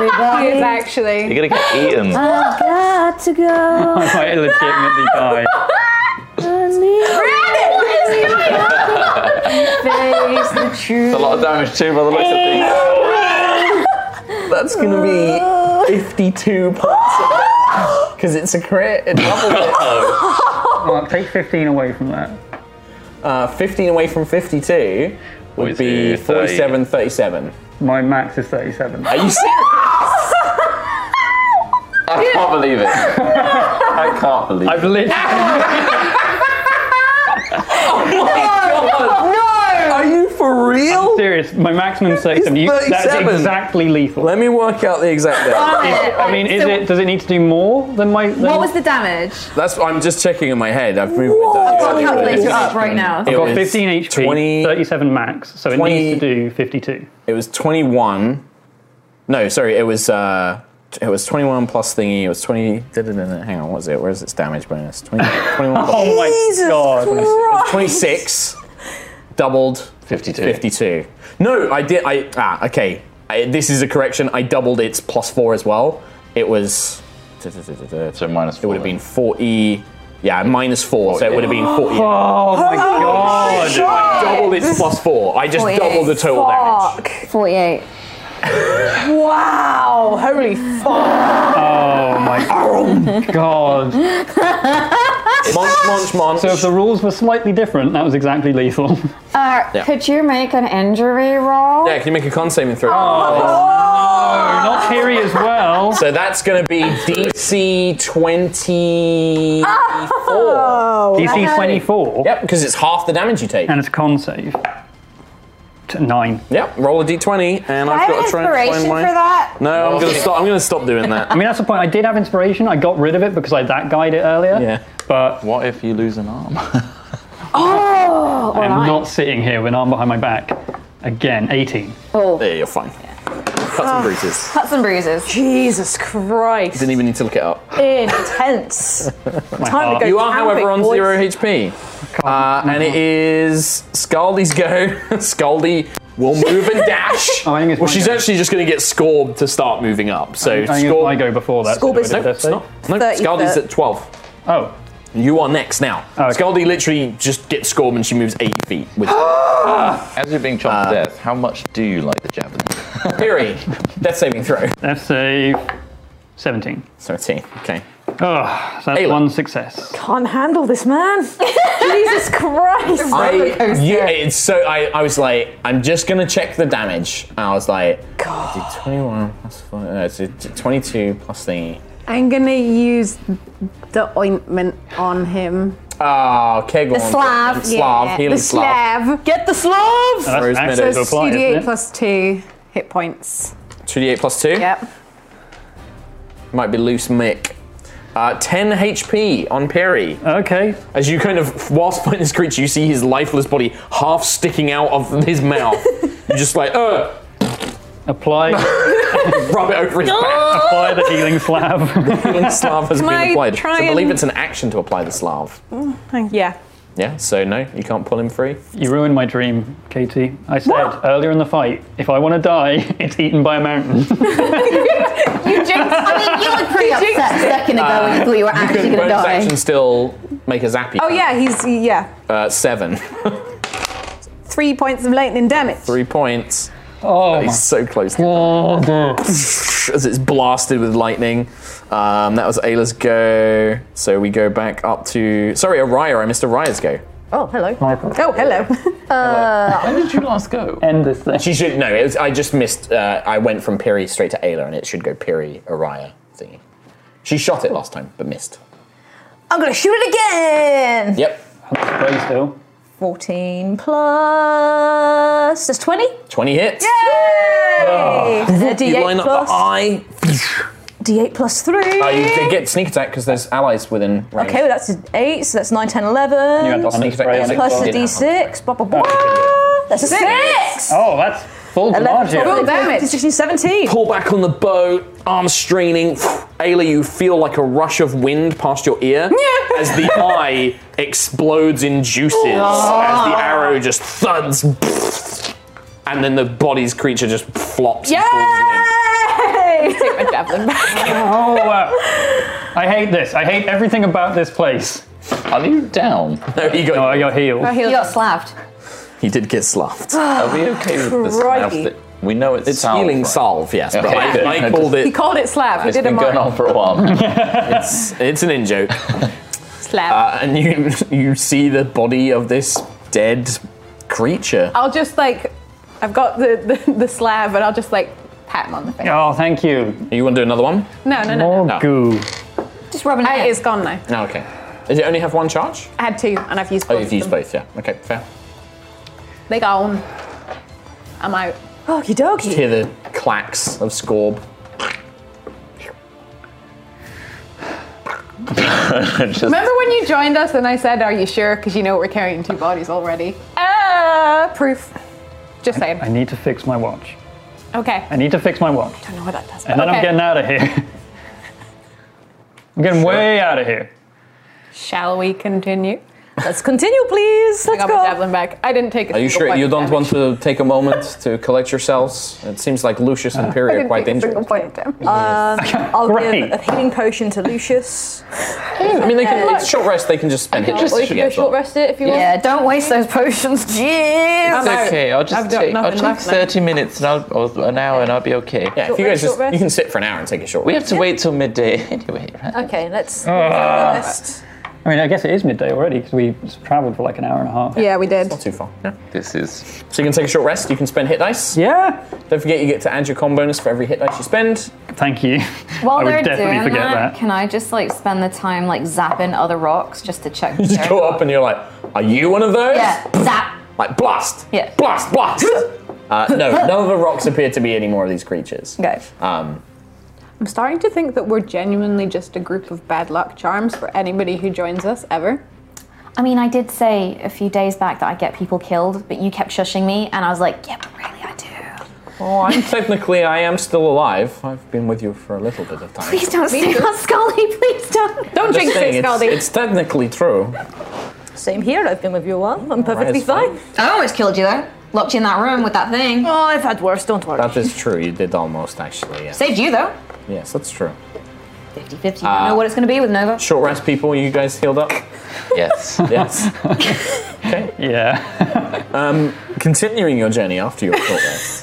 S4: is
S10: everybody.
S4: actually.
S2: You're
S5: *gasps*
S2: gonna get eaten.
S10: I've got to go.
S7: *laughs* I might legitimately die.
S10: Face the truth.
S2: A lot of damage too, by the looks of things.
S7: *laughs*
S6: That's gonna be 52 points because it's a crit. It doubles it.
S7: Mark, take 15 away from that.
S6: Uh, 15 away from 52 would be
S2: 42, 30.
S6: 47, 37.
S7: *laughs* My max is 37.
S6: Are you serious?
S2: I can't believe it. I can't believe it.
S7: I've
S6: *laughs*
S7: literally.
S6: Oh Are you for real?
S7: serious. My maximum is 37. You, that's
S6: 37.
S7: exactly lethal.
S6: Let me work out
S7: *laughs*
S6: the exact damage.
S7: I mean, is it? Does it need to do more than my? Than,
S5: What was the damage?
S6: *laughs* That's I'm just checking in my head. I've moved it down.
S5: I've got a calculator up right now.
S6: It
S7: I've got
S6: was
S7: 15 HP,
S6: 20
S7: 37 max, so it
S6: 20
S7: needs to do 52.
S6: It was 21. No, sorry, it was uh, t- it was 21 plus thingy. It was 20. da-da-da-da. Hang on, what's it? Where's its damage bonus? 20, 21
S7: *laughs*
S6: plus
S7: Oh my
S13: Jesus
S7: god!
S13: Christ.
S6: 26 doubled
S2: 52.
S6: 52 no i did i ah okay I, this is a correction i doubled its plus 4 as well it was
S2: So minus
S6: it
S2: four.
S6: would have been 40 yeah minus 4 so it would have been 40
S7: Oh my god!
S6: doubled its plus 4 i just doubled the total damage
S10: 48.
S13: Wow. Holy fuck.
S7: *laughs* Oh
S6: *laughs*
S7: my god!
S6: munch munch munch
S7: So if the rules were slightly different, that was exactly lethal. *laughs*
S10: Uh, Could you make an injury
S6: *laughs*
S10: roll?
S6: yeah, can you make a con saving throw? Oh,
S7: Not Piri as well.
S6: So that's going to be DC 24.
S9: Ah! Oh,
S7: DC 24,
S6: Yep, because it's half the damage you take.
S7: and it's con save. T- Nine.
S6: Yep, roll a d20, and I've got to try and find mine.
S10: that?
S6: No, I'm gonna stop. I'm gonna stop doing
S7: *laughs* I
S6: that.
S7: mean, that's the point. I did have inspiration. I got rid of it because I that guyed it earlier.
S6: yeah.
S7: But
S2: What if you lose an arm?
S10: Oh,
S7: *laughs* I'm
S10: alright.
S7: not sitting here with an arm behind my back. Again, 18.
S10: Oh.
S6: Yeah, you're fine. Cut
S10: *laughs*
S6: some bruises.
S5: Cuts and bruises.
S13: Jesus Christ.
S6: Didn't even need to look it up. *laughs*
S13: Intense.
S7: My
S13: Time to
S7: heart.
S13: go
S6: You are, however, on
S13: boys.
S6: zero HP, uh, and it is Scaldy's go. *laughs* Scaldy will move and dash.
S7: Oh, *laughs* I think it's
S6: well,
S7: my
S6: she's
S7: go.
S6: actually just gonna get Scorb to start moving up. So
S7: I think it's my
S6: Scorb.
S7: go before that.
S13: Scorb
S7: so
S13: is-
S7: do I
S6: No,
S7: do this
S6: it's not. No,
S13: Thirty
S6: Scaldy's
S13: foot.
S6: at twelve.
S7: Oh,
S6: You are next now.
S7: Oh, okay.
S6: Scaldy literally just gets Scorb, and she moves eight feet
S7: *gasps*
S6: with Uh,
S2: As you're being chopped to death, how much do you like the javelin?
S6: Fury. Death saving throw.
S7: That's a 17.
S6: Thirteen. Okay.
S7: Oh, so that's
S6: Ayla.
S7: one success.
S13: Can't handle this
S5: *laughs*
S13: man. Jesus Christ.
S6: I, yeah, it's so I, I was like, I'm just gonna check the damage. And I was like, I did 21 plus 4, no, it's a t- 22 plus thingy.
S13: I'm gonna use the ointment on him.
S6: Ah, Kegel. The
S5: Slav,
S6: Slav,
S5: yeah.
S6: healing Slav.
S13: Get the slav.
S7: That's
S6: Rose
S7: an
S6: Meadows.
S7: action to
S6: So it's
S7: apply, isn't it?
S13: plus two hit points.
S6: 2d8 plus 2.
S13: Yep.
S6: Might be loose mick. Uh, 10 HP on Perry.
S7: Okay.
S6: As you kind of, whilst fighting this creature, you see his lifeless body half sticking out of his mouth. You're just like, uh,
S7: Apply,
S6: *laughs* rub it over his back.
S7: apply the healing
S6: *laughs*
S7: slab.
S6: Healing Slav has
S13: I
S6: been applied.
S13: try
S6: so I believe
S13: and-
S6: it's an action to apply the Slav.
S13: Yeah.
S6: Yeah, so no, you can't pull him free.
S7: you ruined my dream, Katie. I said earlier in the fight, if I want to die, *laughs* it's eaten by a
S10: I
S7: mountain.
S10: mean, *laughs* you looked
S5: *laughs*
S10: pretty upset a second ago when you thought you were
S13: Ah,
S10: actually
S6: Can
S10: going to
S6: bonus
S10: die.
S6: action still make a zappy?
S13: Oh yeah, he's yeah.
S6: Uh, seven.
S13: Three points of lightning damage.
S6: Three points.
S7: Oh, my
S6: He's so close.
S7: god.
S6: *laughs* As it's blasted with lightning. Um, that was Ayla's go. So we go back up to. Sorry, Araya. I missed Araya's go.
S10: Oh, hello.
S13: Oh hello.
S2: When did you last go?
S7: End this thing.
S6: She should. No, it was, I just missed. Uh, I went from Piri straight to Ayla, and it should go Piri, Araya thingy. She shot it last time, but missed.
S10: I'm going to shoot it again.
S6: Yep.
S7: Spray still.
S10: 14 plus. That's 20?
S6: 20 hits.
S10: Yay! A
S6: Ah. You
S10: D8
S6: line up
S10: plus.
S6: the eye.
S10: D8 plus 3.
S6: Uh, you they get sneak attack because there's allies within range.
S10: Okay, well, that's an 8 so that's 9, 10,
S6: You
S10: 11.
S6: had the sneak attack.
S7: Plus
S6: as it
S10: plus
S6: goes
S10: a
S6: in.
S10: D6. Blah, blah, blah. That's a 6.
S7: *laughs* Oh, that's full damage. here.
S10: 12,
S5: damage.
S10: 15, 16, 17.
S6: Pull back on the bow, arms straining. *sighs* Ayla, you feel like a rush of wind past your ear
S5: *laughs*
S6: as the eye explodes in juices
S5: Oh.
S6: as the arrow just thuds. *sighs* And then the body's creature just flops and falls
S10: Yay!
S5: Take my
S10: *laughs*
S5: javelin back.
S7: Oh, wow. I hate this. I hate everything about this place.
S2: Are you
S5: *laughs*
S2: down?
S6: in. No, you
S7: Oh, I
S6: got,
S7: got healed.
S5: He
S10: got
S5: slapped.
S6: he did get
S5: Ah,
S6: sloughed.
S2: Are we okay with the salve
S10: Crikey.
S2: that we know it's,
S6: It's
S2: salve,
S6: healing
S2: right?
S6: salve, yes, but
S2: Okay, good.
S6: I,
S2: *laughs*
S6: I
S2: I
S6: called
S5: He
S6: it.
S5: called it slap. He
S2: It's
S5: did a
S2: been
S5: mark.
S2: going on for a while. now.
S6: *laughs* It's an in joke.
S5: Slap.
S6: Uh, and you *laughs* you see the body of this dead creature.
S5: I'll just like, I've got the, the, the slab, but I'll just like pat him on the face.
S7: Oh, thank you.
S6: You want to do another one?
S5: No, no, no.
S7: More
S6: No.
S7: goo.
S10: Just rubbing
S5: I,
S10: it in.
S5: it's gone now.
S6: No, okay. Does it only have one charge?
S5: I had two, and I've used.
S6: Oh,
S5: both
S6: you've
S5: of
S6: used
S5: them.
S6: both, yeah. Okay, fair.
S5: They gone. I'm out.
S10: Okie dokie.
S6: Hear the clacks of
S7: *laughs*
S6: Scorb.
S5: Remember when you joined us and I said, "Are you sure?" Because you know we're carrying two bodies already. Ah, proof. Just saying.
S7: I need to fix my watch.
S5: Okay.
S7: I need to fix my watch.
S5: don't know what that does.
S7: And then I'm
S5: Okay.
S7: getting out of here. *laughs* I'm getting way out of here.
S5: Shall we
S7: *laughs*
S5: continue?
S10: Let's continue, please.
S5: I
S10: Let's
S5: got my
S10: go.
S5: javelin back. I didn't take it.
S6: Are you sure you don't want to take a moment to collect yourselves? It seems like Lucius and Piri are quite injured. *laughs*
S10: Um, I'll
S7: Great.
S10: give a healing potion to Lucius.
S6: I mean, they can, it's short rest, they can just spend it.
S2: just-
S10: Or you could
S2: Yeah,
S10: go short
S2: but-
S10: rest it if you want.
S5: Yeah,
S10: don't waste those potions. *laughs* Jeez.
S2: It's
S5: out.
S2: okay. I'll just
S5: I've got
S2: take, I'll
S5: nothing
S2: take
S5: left now.
S2: 30 minutes and I'll, or an hour and I'll be okay.
S6: Yeah, if you guys just, you can sit for an hour and take a short
S2: We
S6: rest.
S2: have to wait till midday *laughs* anyway, right?
S10: Okay,
S6: Ah.
S10: let's. let's
S7: I mean, I guess it is midday already because we traveled for like an hour and a half.
S5: Yeah, we did.
S6: Too far. Yeah.
S2: This is.
S6: So you can take a short rest, you can spend hit dice.
S7: Yeah.
S6: Don't forget you get to add your con bonus for every hit dice you spend.
S7: Thank you.
S5: While
S7: *laughs* I
S5: they're
S7: would definitely
S5: doing
S7: forget that.
S5: that,
S10: Can I just like spend the time like zapping other rocks just to check?
S2: *laughs*
S6: You just go up and you're like, are you one of those?
S10: Yeah, zap.
S6: *laughs* Like, blast!
S10: Yeah.
S6: Blast, blast! uh, no, none of the rocks appear to be any more of these creatures.
S5: *laughs*
S10: Okay.
S6: Um,
S5: I'm starting to think that we're genuinely just a group of bad luck charms for anybody who joins us ever.
S10: I mean, I did say a few days back that I get people killed, but you kept shushing me, and I was like, yeah, but really, I do.
S6: well, I'm *laughs* technically, I am still alive. I've been with you for a little bit of time.
S10: Please *laughs* don't say on Scully. Please don't.
S5: Don't
S6: Just
S5: drink
S6: saying,
S5: this,
S6: it's,
S5: Scaldy.
S6: it's technically true.
S10: Same here. I've been with you a while. I'm
S6: Right, it's fine.
S10: I almost killed you though. Locked you in that room with that thing.
S3: Oh, I've had worse, don't worry.
S6: That is true. You did almost, actually. Yes,
S10: Saved you though.
S6: yes that's true. Uh,
S10: 50 50. I don't
S2: Uh,
S10: know what it's going to be with Nova.
S6: Short rest, people. You guys healed up?
S2: Yes.
S6: *laughs* Yes. Um,
S7: Yeah.
S6: Continuing your journey after your short rest,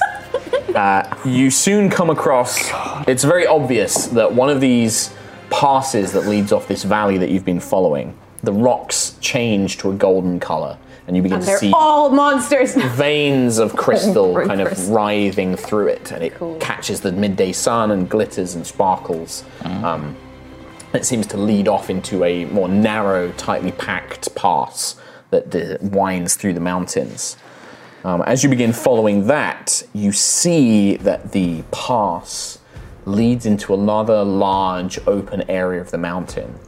S6: uh, you soon come across. It's very obvious that one of these passes that leads off this valley that you've been following, the rocks change to a golden color, and you begin to
S5: They're
S6: see
S5: all monsters. *laughs*
S6: veins of crystal
S10: Through
S6: kind of
S10: crystal.
S6: writhing through it, and it catches the midday sun and glitters and sparkles. Um, it seems to lead off into a more narrow, tightly packed pass that d- winds through the mountains. Um, as you begin following that, you see that the pass leads into another large open area of the mountain.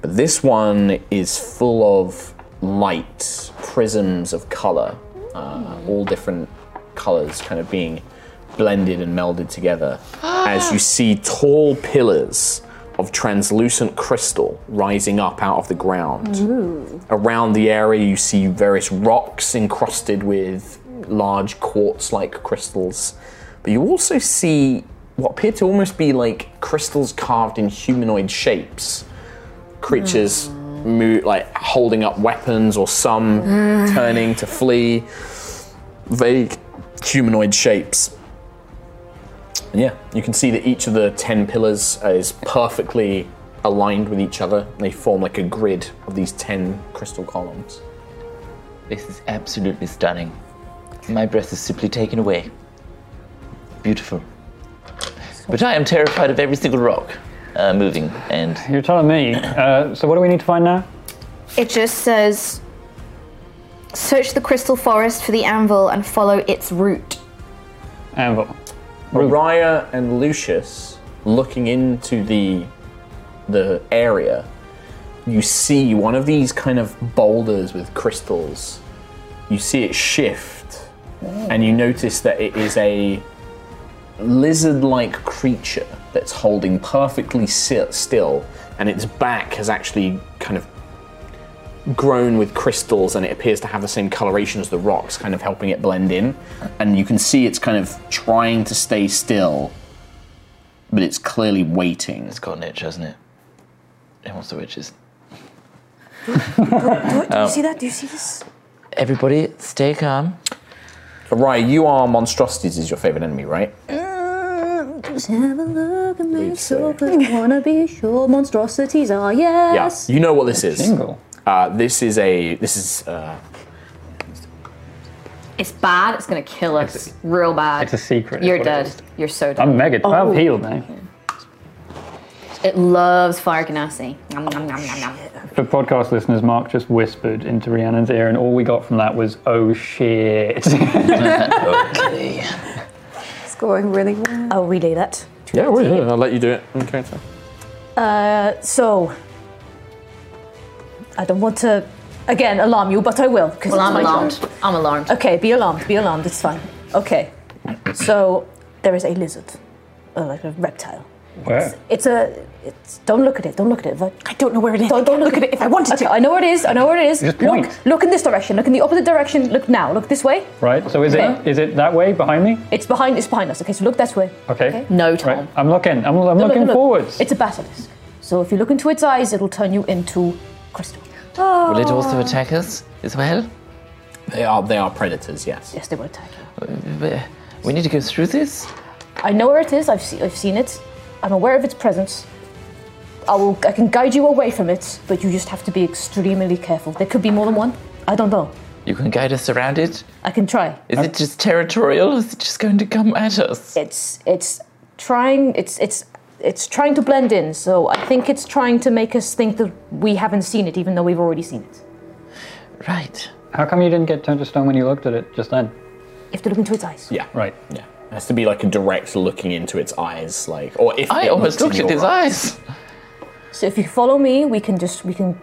S6: But this one is full of light, prisms of color, uh, all different colors kind of being blended and melded together. as you see tall pillars of translucent crystal rising up out of the ground. Around the area, you see various rocks encrusted with large quartz like crystals. But you also see what appear to almost be like crystals carved in humanoid shapes creatures mo- like holding up weapons or some turning to flee vague humanoid shapes And yeah you can see that each of the 10 pillars is perfectly aligned with each other they form like a grid of these 10 crystal columns
S2: This is absolutely stunning. My breath is simply taken away. Beautiful. But I am terrified of every single rock uh, moving, and
S7: You're telling me. Uh, so, what do we need to find now?
S10: It just says Search the crystal forest for the anvil and follow its route.
S7: Anvil.
S6: Mariah and Lucius looking into the the area, you see one of these kind of boulders with crystals. You see it shift, and you notice that it is a lizard-like creature that's holding perfectly si- still, and its back has actually kind of grown with crystals and it appears to have the same coloration as the rocks, kind of helping it blend in. And you can see it's kind of trying to stay still, but it's clearly waiting.
S2: It's got an itch, hasn't it? It wants the witches.
S13: Do
S6: Oh.
S13: you see that? Do you see this?
S2: Everybody, stay calm.
S6: Right, you are monstrosities is your favorite enemy, right? *laughs* Yes. You know what this is.
S7: Jingle.
S6: Uh, this is a this is uh,
S10: It's bad. It's gonna kill us real bad.
S7: It's a secret. is
S6: *laughs*
S10: You're
S7: what it
S10: dead.
S7: is.
S10: You're so dead.
S7: I'm mega 12
S10: Oh.
S7: healed now.
S10: It loves fire ganassi. Nom, nom, nom, nom, nom.
S7: For podcast listeners, Mark just whispered into Rhiannon's ear, and all we got from that was, oh shit. *laughs*
S6: Oh.
S2: Okay.
S5: It's going really well.
S9: I'll relay that.
S6: yeah, wait, yeah, I'll let you do it. Okay. so-
S9: Uh, so, I don't want to, again, alarm you, but I will. 'cause
S10: Well,
S9: it's
S10: I'm
S9: my turn.
S10: alarmed. I'm alarmed.
S9: Okay, be alarmed, be alarmed, it's fine. Okay, so there is a lizard, uh, like a reptile.
S7: *laughs* Where?
S9: It's a. It's, don't look at it. Don't look at it. Like,
S5: I don't know where it is.
S9: don't, don't look at it. If I wanted to, I know where it is. I know where it is.
S7: Just
S9: look.
S7: point.
S9: Look in this direction. Look in the opposite direction. Look now. Look this way.
S7: Right, so is it
S9: Okay.
S7: is it that way behind me?
S9: It's behind. It's behind us. Okay, so look that way.
S7: Okay.
S10: No, Tom.
S7: Right, I'm looking. I'm, I'm
S9: Look,
S7: looking
S9: look, look.
S7: forwards.
S9: It's a basilisk. So if you look into its eyes, it'll turn you into crystal. Oh.
S2: Will it also attack us as well?
S6: They are they are predators. Yes.
S9: Yes, they will attack you.
S2: We- We need to go through this.
S9: I know where it is. I've seen. I've seen it. I'm aware of its presence. I will. I can guide you away from it, but you just have to be extremely careful. There could be more than one. I don't know.
S2: You can guide us around it.
S9: I can try.
S2: Is it just territorial? Or is it just going to come at us?
S9: it's it's trying it's it's it's trying to blend in so i think it's trying to make us think that we haven't seen it even though we've already seen it
S2: Right.
S7: How come you didn't get turned to stone when you looked at it just then?
S9: you have to look into its eyes
S6: Yeah.
S7: Right.
S6: Yeah. It has to be like a direct looking into its eyes, like or if
S2: I
S6: it
S2: almost
S6: looked
S2: looked
S6: in
S2: at
S6: your
S2: his eyes.
S9: so if you follow me we can just we can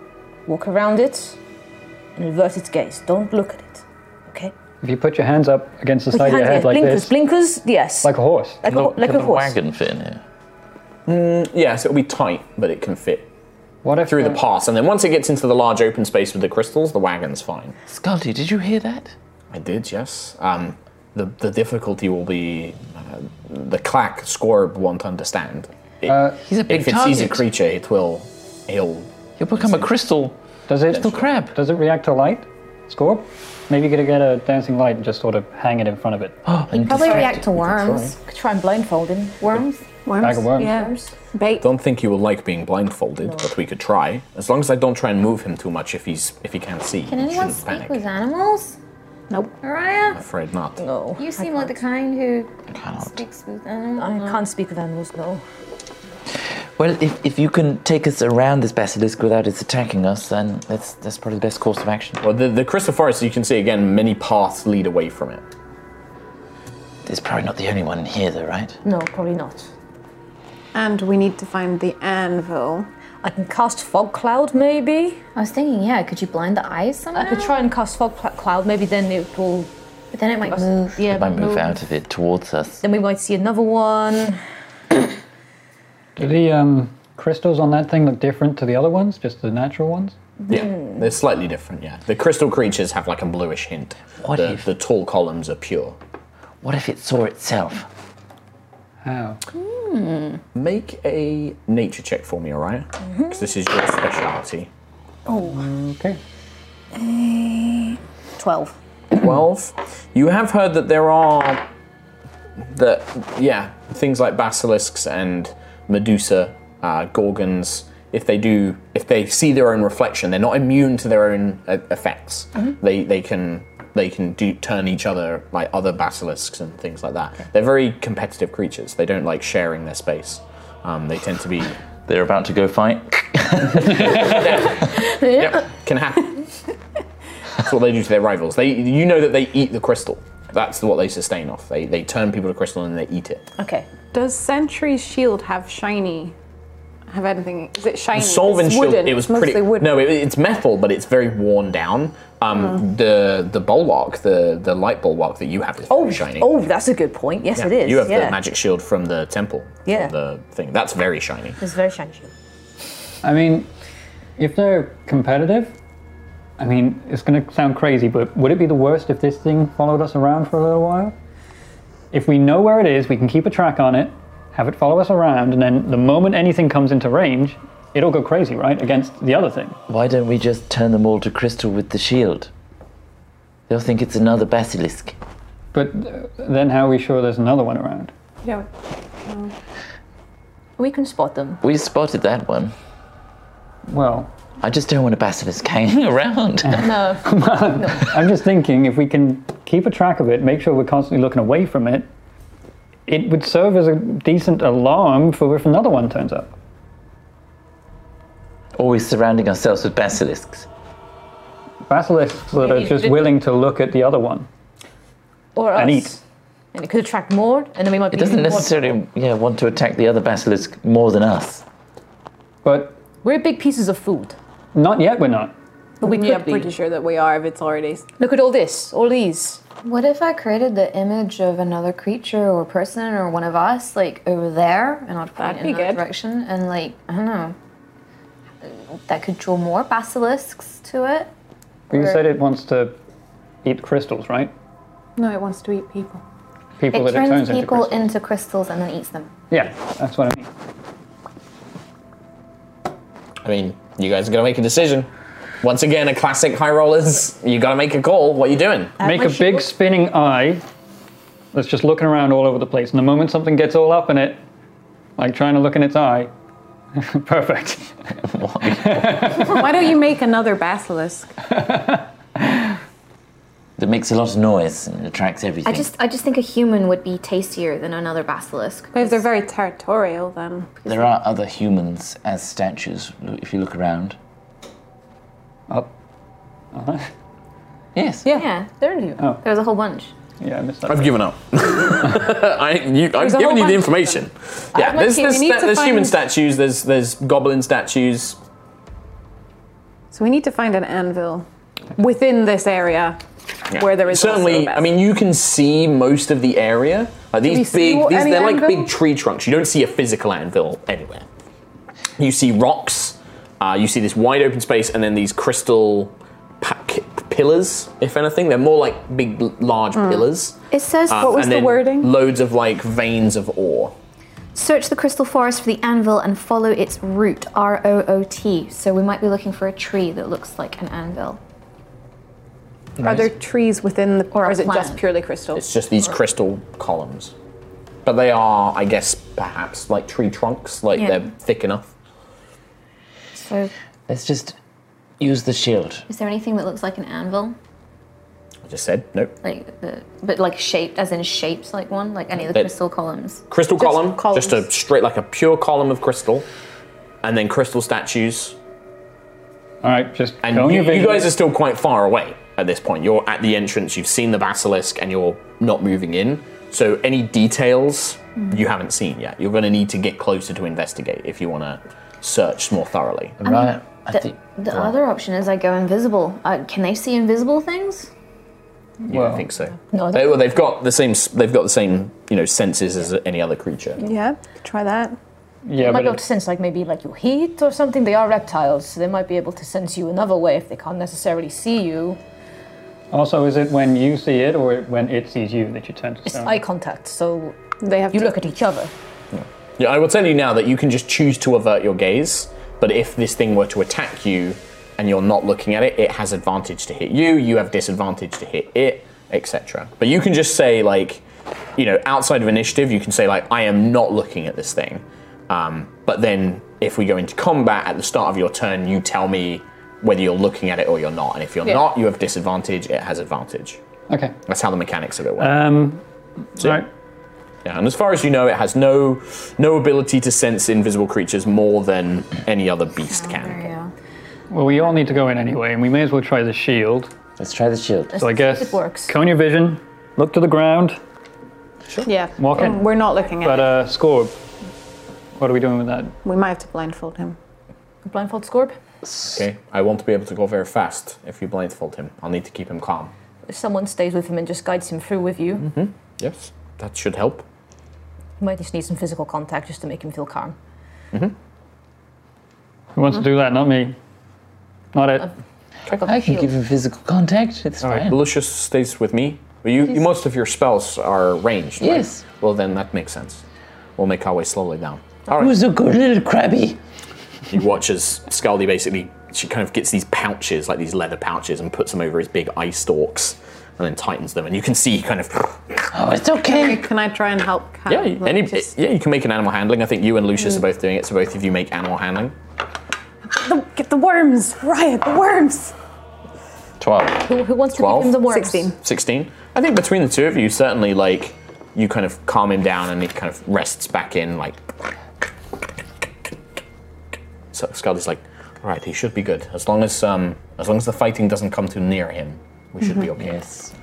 S9: walk around it and avert its gaze don't look at it okay
S7: If you put your hands up against the
S9: With
S7: side of
S9: your
S7: your
S9: hand-
S7: head like
S9: blinkers
S7: this,
S9: blinkers yes
S7: like a horse.
S9: like a,
S2: Look,
S9: ho- like
S2: can
S9: a
S2: the
S9: horse
S2: wagon fit in here?
S6: Mm, Yeah, so it'll be tight, but it can fit
S7: What if
S6: through the pass. And then once it gets into the large open space with the crystals, the wagon's fine.
S2: Scaldy, did you hear that?
S6: I did, yes. Um, the the difficulty will be uh, the clack scorb won't understand. It-
S2: Uh, He's a big
S6: if it
S2: target.
S6: sees a creature, it will, it'll.
S2: He'll become a crystal.
S7: Does it
S2: Crystal crab.
S7: Does it react to light? Scorp? Maybe you could get a dancing light and just sort of hang it in
S9: *gasps*
S7: front of it.
S2: Oh, and
S10: Probably
S2: distract
S10: react
S2: it.
S10: to worms.
S9: Could try and blindfold him
S10: Worms?
S7: Bag of worms.
S5: Yeah.
S6: I don't think you will like being blindfolded, but we could try. As long as I don't try and move him too much if he's if he can't see.
S10: Can
S6: he
S10: anyone
S6: shouldn't
S10: speak
S6: panic.
S10: with animals?
S9: Nope.
S10: Mariah?
S6: Afraid not.
S9: no
S10: You seem like the kind who
S2: Cannot.
S10: speaks with animals.
S9: i can't speak with animals no
S2: Well, if, if you can take us around this basilisk without its attacking us, then that's that's probably the best course of action.
S6: Well, the, the crystal forest, you can see again, many paths lead away from it.
S2: There's probably not the only one here, though, right?
S9: no probably not
S5: And we need to find the anvil.
S9: i can cast fog cloud maybe
S10: I was thinking, yeah, could you blind the eyes somehow?
S9: I could try and cast fog cl- cloud. Maybe then it will.
S10: But then it might move.
S9: Yeah.
S2: If I move
S9: move.
S2: out of it towards us,
S9: Then we might see another one.
S7: Do the um, crystals on that thing look different to the other ones? Just the natural ones?
S6: Yeah,
S2: Hmm.
S6: they're slightly different. Yeah, the crystal creatures have like a bluish hint.
S2: What
S6: the,
S2: if-
S6: the tall columns are pure?
S2: what if it saw itself?
S7: How?
S10: Hmm.
S6: Make a nature check for me, alright? Because
S2: Mm-hmm.
S6: this is your specialty.
S7: Okay.
S9: Twelve.
S6: Twelve. You have heard that there are that yeah things like basilisks and medusa, uh, gorgons. If they do, if they see their own reflection, they're not immune to their own uh, effects. They they can they can do, turn each other like other basilisks and things like that. They're very competitive creatures. They don't like sharing their space. Um, they tend to be
S2: They're about
S6: *laughs*
S2: to go fight.
S6: can happen. That's what they do to their rivals. They, you know that they eat the crystal. That's what they sustain off. They, they turn people to crystal and they eat it.
S9: Okay.
S5: Does Sentry's shield have shiny? Have anything? Is it shiny?
S6: The Solvent
S5: it's
S6: shield.
S5: wooden.
S6: It was
S5: It's mostly
S6: pretty.
S5: wooden.
S6: No, it, it's metal, but it's very worn down. Um,
S5: Mm.
S6: The the bulwark, the the light bulwark that you have is very
S9: Oh,
S6: shiny.
S9: oh, that's a good point. Yes,
S6: Yeah,
S9: it is.
S6: You have
S9: yeah.
S6: the magic shield from the temple. from
S9: Yeah.
S6: The thing that's very shiny.
S9: It's very shiny.
S7: I mean, if they're competitive, I mean, it's going to sound crazy, but would it be the worst if this thing followed us around for a little while? If we know where it is, we can keep a track on it, have it follow us around, and then the moment anything comes into range, it'll go crazy, right? Against the other thing.
S2: Why don't we just turn them all to crystal with the shield? They'll think it's another basilisk.
S7: But uh, then how are we sure there's another one around?
S5: Yeah. Um,
S9: We can spot them.
S2: We spotted that one.
S7: Well,
S2: I just don't want a basilisk
S7: *laughs*
S2: hanging around.
S9: No.
S7: I'm just thinking if we can keep a track of it, make sure we're constantly looking away from it, it would serve as a decent alarm for if another one turns up.
S2: Always surrounding ourselves with basilisks.
S7: Basilisks that are
S9: Maybe
S7: just
S9: the-
S7: willing to look at the other one
S9: Or us.
S2: And eat.
S9: And it could attract more, and then we might
S2: It
S9: be.
S2: doesn't
S9: even more-
S2: necessarily yeah, want to attack the other basilisk more than us.
S7: But
S9: We're big pieces of food.
S7: not yet, we're not.
S9: But we
S5: yeah,
S9: could be.
S5: pretty sure that we are if it's already. *laughs*
S9: Look at all this, all these.
S10: What if I created the image of another creature or person or one of us, like over there, and I'd point
S5: That'd
S10: it
S5: be
S10: in that
S5: good.
S10: direction, and like I don't know, that could draw more basilisks to it.
S7: But you
S10: We're-
S7: said it wants to eat crystals, right?
S5: No, it wants to eat people.
S7: People
S10: it
S7: that it
S10: turns
S7: turns into
S10: people
S7: crystals.
S10: into crystals and then eats them.
S7: yeah, that's what I mean.
S6: I mean, you guys are gonna make a decision. Once again, a classic high rollers. You gotta make a call. What are you doing?
S5: Uh,
S7: Make a big spinning eye that's just looking around all over the place, and the moment something gets all up in it, like trying to look in its eye, *laughs* perfect. *laughs*
S5: Why don't you make another basilisk?
S2: That makes a lot of noise and attracts everything.
S10: I just, I just think a human would be tastier than another basilisk.
S5: But if they're very territorial, then
S2: There are other humans as statues if you look around.
S7: Up. Uh-huh.
S2: Yes.
S10: Yeah,
S9: There you go.
S10: there was a whole bunch.
S7: Oh. Yeah, I missed that.
S6: I've *laughs* given up. I, you, I've
S5: a whole bunch
S6: given you the
S5: of
S6: information. Yeah,
S5: I'm
S6: there's,
S5: looking, we
S6: there's,
S5: need
S6: sta-
S5: to
S6: there's human
S5: find-
S6: statues. There's there's goblin statues.
S5: so we need to find an anvil within this area
S6: Yeah.
S5: where there is
S6: certainly.
S5: Also a
S6: I mean, you can see most of the area. Like
S5: we
S6: these
S5: see
S6: big,
S5: what-
S6: these,
S5: any
S6: they're like
S5: anvil?
S6: big tree trunks. You don't see a physical anvil anywhere. You see rocks. Uh, you see this wide open space, and then these crystal pa- ki- pillars. If anything, they're more like big, l- large
S5: Hmm.
S6: pillars.
S10: It says
S6: Um,
S10: what was
S6: and
S10: the
S6: then
S10: wording?
S6: Loads of like veins of ore.
S10: Search the crystal forest for the anvil and follow its root. R O O T. So we might be looking for a tree that looks like an anvil.
S5: Are there trees within the, or,
S10: a
S5: is it just
S10: plant.
S5: purely crystal?
S6: It's just these crystal columns. But they are, I guess, perhaps like tree trunks, like
S10: Yeah.
S6: they're thick enough.
S10: So
S2: Let's just use the shield.
S10: is there anything that looks like an anvil?
S6: I just said, nope.
S10: like the but like shaped as in shapes like one like any of the
S6: That-
S10: crystal columns
S6: Crystal column,
S5: columns.
S6: just a straight, like a pure column of crystal, and then crystal statues.
S7: All right, just
S6: And
S7: go on
S6: you,
S7: your
S6: you
S7: vision.
S6: guys are still quite far away at this point. You're at the entrance, you've seen the basilisk, and you're not moving in. So any details you haven't seen yet. You're going to need to get closer to investigate if you want to search more thoroughly.
S2: Right. I
S10: the,
S2: think.
S10: the
S2: well,
S10: other option is i go invisible uh, can they see invisible things
S6: Yeah, I think so.
S9: No, I don't
S6: They- well, they've got the same. s- They've got the same, you know, senses as any other creature.
S5: Yeah, try that.
S7: yeah,
S9: might
S7: but
S9: be able
S7: it,
S9: to sense like maybe like your heat or something. They are reptiles, so they might be able to sense you another way if they can't necessarily see you.
S7: also, is it when you see it or when it sees you that you turn to
S9: It's
S7: stone?
S9: eye contact, so
S5: They have
S9: you
S5: to,
S9: look at each other.
S6: Yeah, I will tell you now that you can just choose to avert your gaze. But if this thing were to attack you, and you're not looking at it, it has advantage to hit you. You have disadvantage to hit it, etc. But you can just say like, you know, outside of initiative, you can say like, I am not looking at this thing. Um, but then if we go into combat at the start of your turn, you tell me whether you're looking at it or you're not. And if you're not, you have disadvantage. It has advantage.
S7: okay.
S6: That's how the mechanics of it work.
S7: Um,
S6: So-
S7: right.
S6: Yeah, and as far as you know, it has no no ability to sense invisible creatures more than any other beast can.
S10: yeah
S7: Well, we all need to go in anyway, and we may as well try the shield.
S2: Let's try the shield.
S7: So I guess
S9: It works.
S7: cone your vision, look to the ground,
S5: Yeah. Um,
S7: Walk in.
S5: We're not looking at
S7: but uh, Scorb, what are we doing with that?
S5: it. We might have to blindfold him.
S9: Blindfold Scorb.
S6: Okay, I want to be able to go very fast if you blindfold him. I'll need to keep him calm.
S9: If someone stays with him and just guides him through with you,
S6: Yes, that should help.
S9: you might just need some physical contact just to make him feel calm.
S7: Who wants to do that? Not me. Not it.
S9: Check out
S2: I
S9: the
S2: can
S9: shield. *clears throat*
S2: give him physical contact. It's
S6: All right,
S2: fine.
S6: Lucius stays with me. Well, you, you, most of your spells are ranged. right?
S2: Yes.
S6: Well, then that makes sense. We'll make our way slowly down. All right.
S2: Who's a good little crabby?
S6: He watches Scaldi basically. She kind of gets these pouches, like these leather pouches, and puts them over his big eye stalks, and then tightens them. And you can see he kind of.
S2: Oh, it's okay.
S5: Can I try and help? Kat?
S6: Yeah, you-
S5: Like,
S6: any,
S5: just-
S6: yeah. You can make an animal handling. I think you and Lucius
S2: Mm.
S6: are both doing it, so both of you make animal handling.
S5: the, get the worms, riot the worms.
S6: 12.
S9: Who, who wants
S6: Twelve?
S9: to give him the worms?
S5: 16.
S6: 16. I think between the two of you, certainly, like, you kind of calm him down and he kind of rests back in, like. So Scaldi's like, all right, he should be good. As long as um, as long as the fighting doesn't come too near him, we should
S9: Mm-hmm.
S6: be okay.
S2: Yes.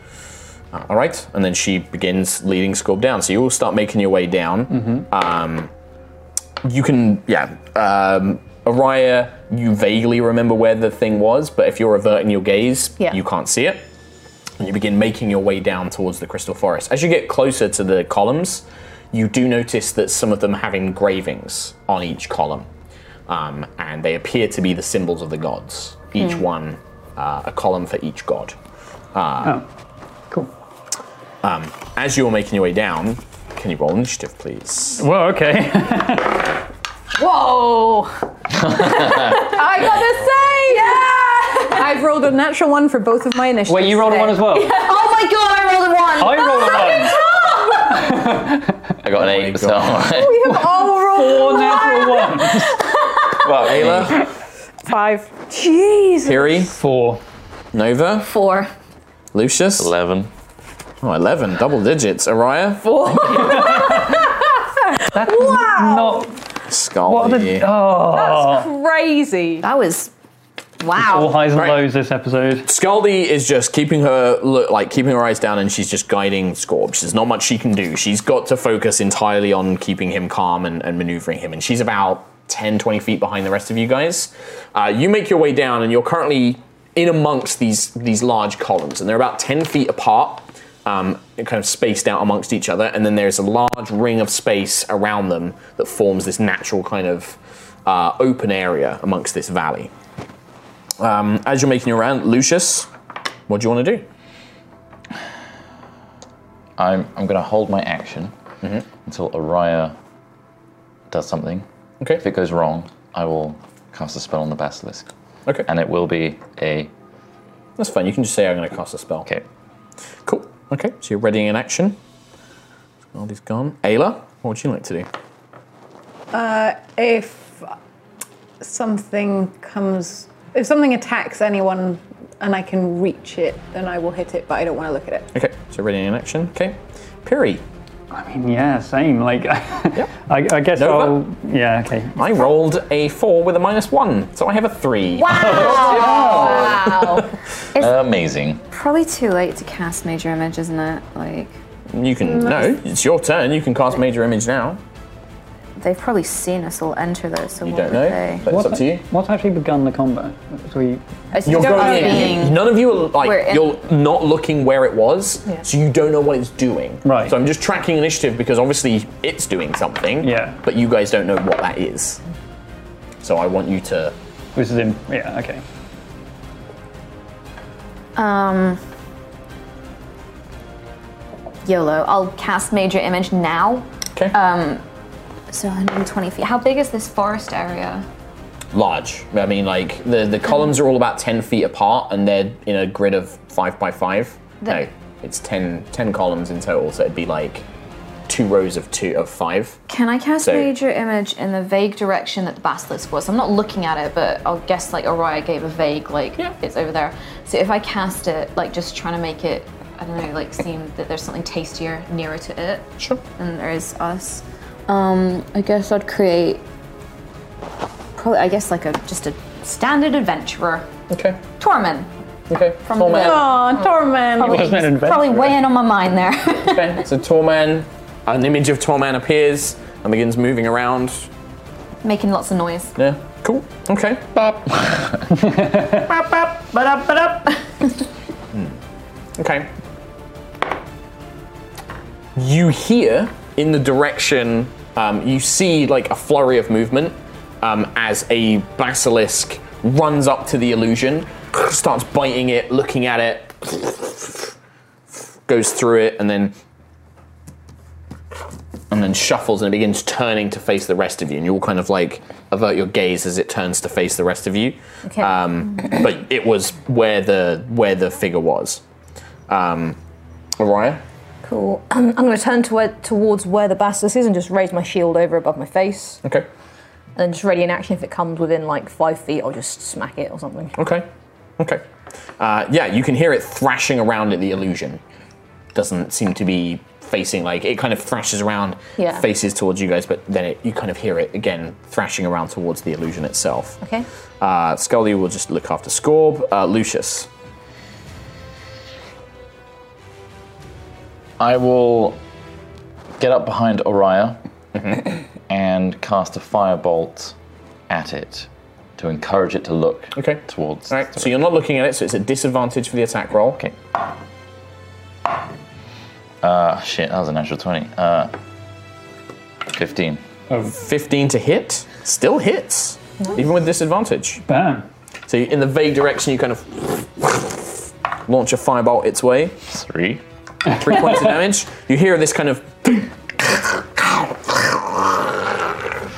S6: Uh, all right. And then she begins leading Scorb down. So you all start making your way down. Um, you can, yeah. Um, Araya, you vaguely remember where the thing was, but if you're averting your gaze,
S9: Yeah.
S6: you can't see it. And you begin making your way down towards the crystal forest. As you get closer to the columns, you do notice that some of them have engravings on each column. Um, and they appear to be the symbols of the gods, each one uh, a column for each god. Uh,
S7: Cool.
S6: um, As you're making your way down, can you roll initiative, please?
S7: Well, okay. *laughs*
S5: Whoa! *laughs* I gotta say, yeah! I've rolled a natural one for both of my initiatives.
S7: Wait, you rolled a
S5: today.
S7: one
S5: *laughs*
S7: as well.
S10: *laughs* Oh my god, I rolled a one!
S7: I rolled a Oh
S2: I got an eight, so.
S5: We have all rolled.
S7: one. Four natural
S5: *laughs*
S7: ones.
S2: well, Ayla,
S5: Five. Jeez.
S6: Piri,
S7: Four.
S6: Nova,
S10: Four.
S6: Lucius.
S2: 11.
S6: Oh, 11, double digits. Araya,
S7: Not.
S6: Skull.
S7: What are the? Oh.
S5: Crazy.
S10: That was.
S7: All
S10: Wow.
S7: highs and
S6: Right.
S7: lows this episode.
S6: Scaldi is just keeping her look like keeping her eyes down, and she's just guiding Scorb. There's not much she can do. She's got to focus entirely on keeping him calm and, and maneuvering him. And she's about 10, 20 feet behind the rest of you guys. Uh, you make your way down, and you're currently in amongst these these large columns, and they're about 10 feet apart, um, and kind of spaced out amongst each other. And then there's a large ring of space around them that forms this natural kind of uh, open area amongst this valley. Um, as you're making your round, Lucius, what do you want to do?
S2: I'm, I'm going to hold my action
S6: Mm-hmm.
S2: until Araya does something.
S6: Okay.
S2: If it goes wrong, I will cast a spell on the basilisk.
S6: Okay.
S2: And it will be a.
S6: That's fine. You can just say I'm going to cast a spell.
S2: Okay.
S6: Cool. Okay. So you're readying an action. Scaldi's gone. Ayla, what would you like to do?
S5: Uh, If something comes, if something attacks anyone and I can reach it, then I will hit it, but I don't want to look at it.
S6: Okay. So readying an action. Okay. Piri,
S7: I mean, yeah, same. Like, *laughs* I, I guess
S6: Nova?
S7: I'll. Yeah, okay.
S6: I rolled a four with a minus one, so I have a three. *laughs*
S9: Wow.
S2: Amazing.
S10: *laughs* Probably too late to cast major image, isn't it? Like,
S6: You can
S9: mm,
S6: no. It's your turn. You can cast major image now.
S10: they've probably seen us all enter though, so
S6: You
S10: what
S6: don't
S10: would
S6: know.
S10: they?
S6: But it's up to you.
S7: What's actually begun the combat? So we,
S10: It's
S6: You're
S10: just
S6: going in.
S10: being-
S6: None of you are
S10: We're
S6: like
S10: in-
S6: you're not looking where it was, so you don't know what it's doing.
S7: Right.
S6: So I'm just tracking initiative because obviously it's doing something.
S7: Yeah.
S6: But you guys don't know what that is. So I want you to.
S7: this is in. Yeah, okay.
S10: Um. YOLO. I'll cast major image now.
S6: Okay.
S10: Um. So 120 feet. How big is this forest area?
S6: Large. I mean, like the the columns are all about ten feet apart, and they're in a grid of five by five.
S10: The-
S6: no, it's 10, 10 columns in total, so it'd be like two rows of two of five.
S10: Can I cast
S6: So-
S10: major image in the vague direction that the basilisk was? I'm not looking at it, but I'll guess like Oriya gave a vague like it's over there. So if I cast it, like just trying to make it, I don't know, like seem that there's something tastier nearer to it
S6: Sure.
S10: than there is us. Um, I guess I'd create probably I guess like a just a standard adventurer
S6: Okay.
S10: Torment.
S6: Okay.
S10: From
S6: Torment.
S10: the-
S5: Oh, Torment.
S10: Probably,
S6: Wasn't it an adventure?
S10: probably weighing on my mind there. *laughs*
S6: Okay, so Torman, an image of Torman appears and begins moving around.
S10: Making lots of noise.
S6: Yeah, cool. Okay. Bop. Bop, bop, ba-da, ba-da. Okay. You hear in the direction, um, you see like a flurry of movement um, as a basilisk runs up to the illusion, starts biting it, looking at it, goes through it, and then and then shuffles and it begins turning to face the rest of you, and you all kind of like avert your gaze as it turns to face the rest of you.
S9: Okay.
S6: Um, but it was where the where the figure was. Um, Araya,
S9: Cool. I'm going to turn toward, towards where the basilisk is and just raise my shield over above my face.
S6: Okay.
S9: And then just ready in action. If it comes within like five feet, I'll just smack it or something.
S6: Okay. Okay. Uh, yeah, you can hear it thrashing around at the illusion. Doesn't seem to be facing like it kind of thrashes around,
S9: Yeah.
S6: faces towards you guys, but then it, you kind of hear it again thrashing around towards the illusion itself.
S9: Okay.
S6: Uh, Scully will just look after Scorb. Uh, Lucius.
S2: I will get up behind
S6: *laughs*
S2: Oriah and cast a firebolt at it to encourage it to look
S6: Okay.
S2: towards.
S6: All right. So you're not looking at it, so it's a disadvantage for the attack roll. Okay.
S2: Uh, shit, that was a natural 20. Uh, 15.
S6: 15 to hit. Still hits, even with disadvantage.
S7: Bam.
S6: So in the vague direction, you kind of launch a firebolt its way.
S2: Three.
S6: Three
S2: *laughs*
S6: points of damage. You hear this kind of.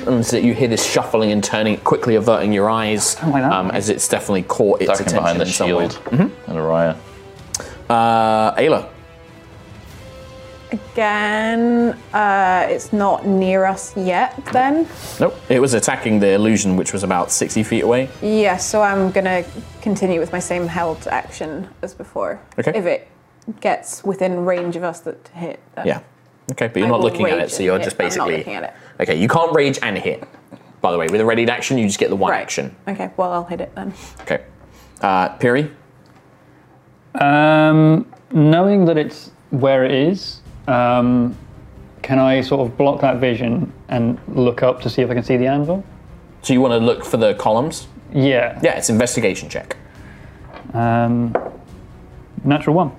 S6: And Um, so you hear this shuffling and turning, quickly averting your eyes um, as it's definitely caught its
S2: Ducking
S6: attention
S2: behind the
S6: in some way.
S2: shield. And Oriah.
S6: Uh, Ayla.
S5: Again, uh, it's not near us yet then.
S6: Nope. It was attacking the illusion, which was about 60 feet away.
S5: Yeah, so I'm gonna continue with my same held action as before.
S6: Okay.
S5: If it gets within range of us that to hit. Then
S6: Yeah. Okay, but you're
S5: I
S6: not
S5: will
S6: looking at
S5: rage
S6: it, so you're
S5: and
S6: just
S5: hit. I'm not
S6: basically.
S5: looking at it.
S6: Okay, you can't rage and hit. By the way, with a readied action, you just get the one
S5: Right.
S6: action.
S5: Okay, well I'll hit it then.
S6: Okay. Uh, Piri?
S7: Um, knowing that it's where it is, um, can I sort of block that vision and look up to see if I can see the anvil?
S6: So you want to look for the columns?
S7: Yeah.
S6: Yeah, it's investigation check.
S7: Um, natural one.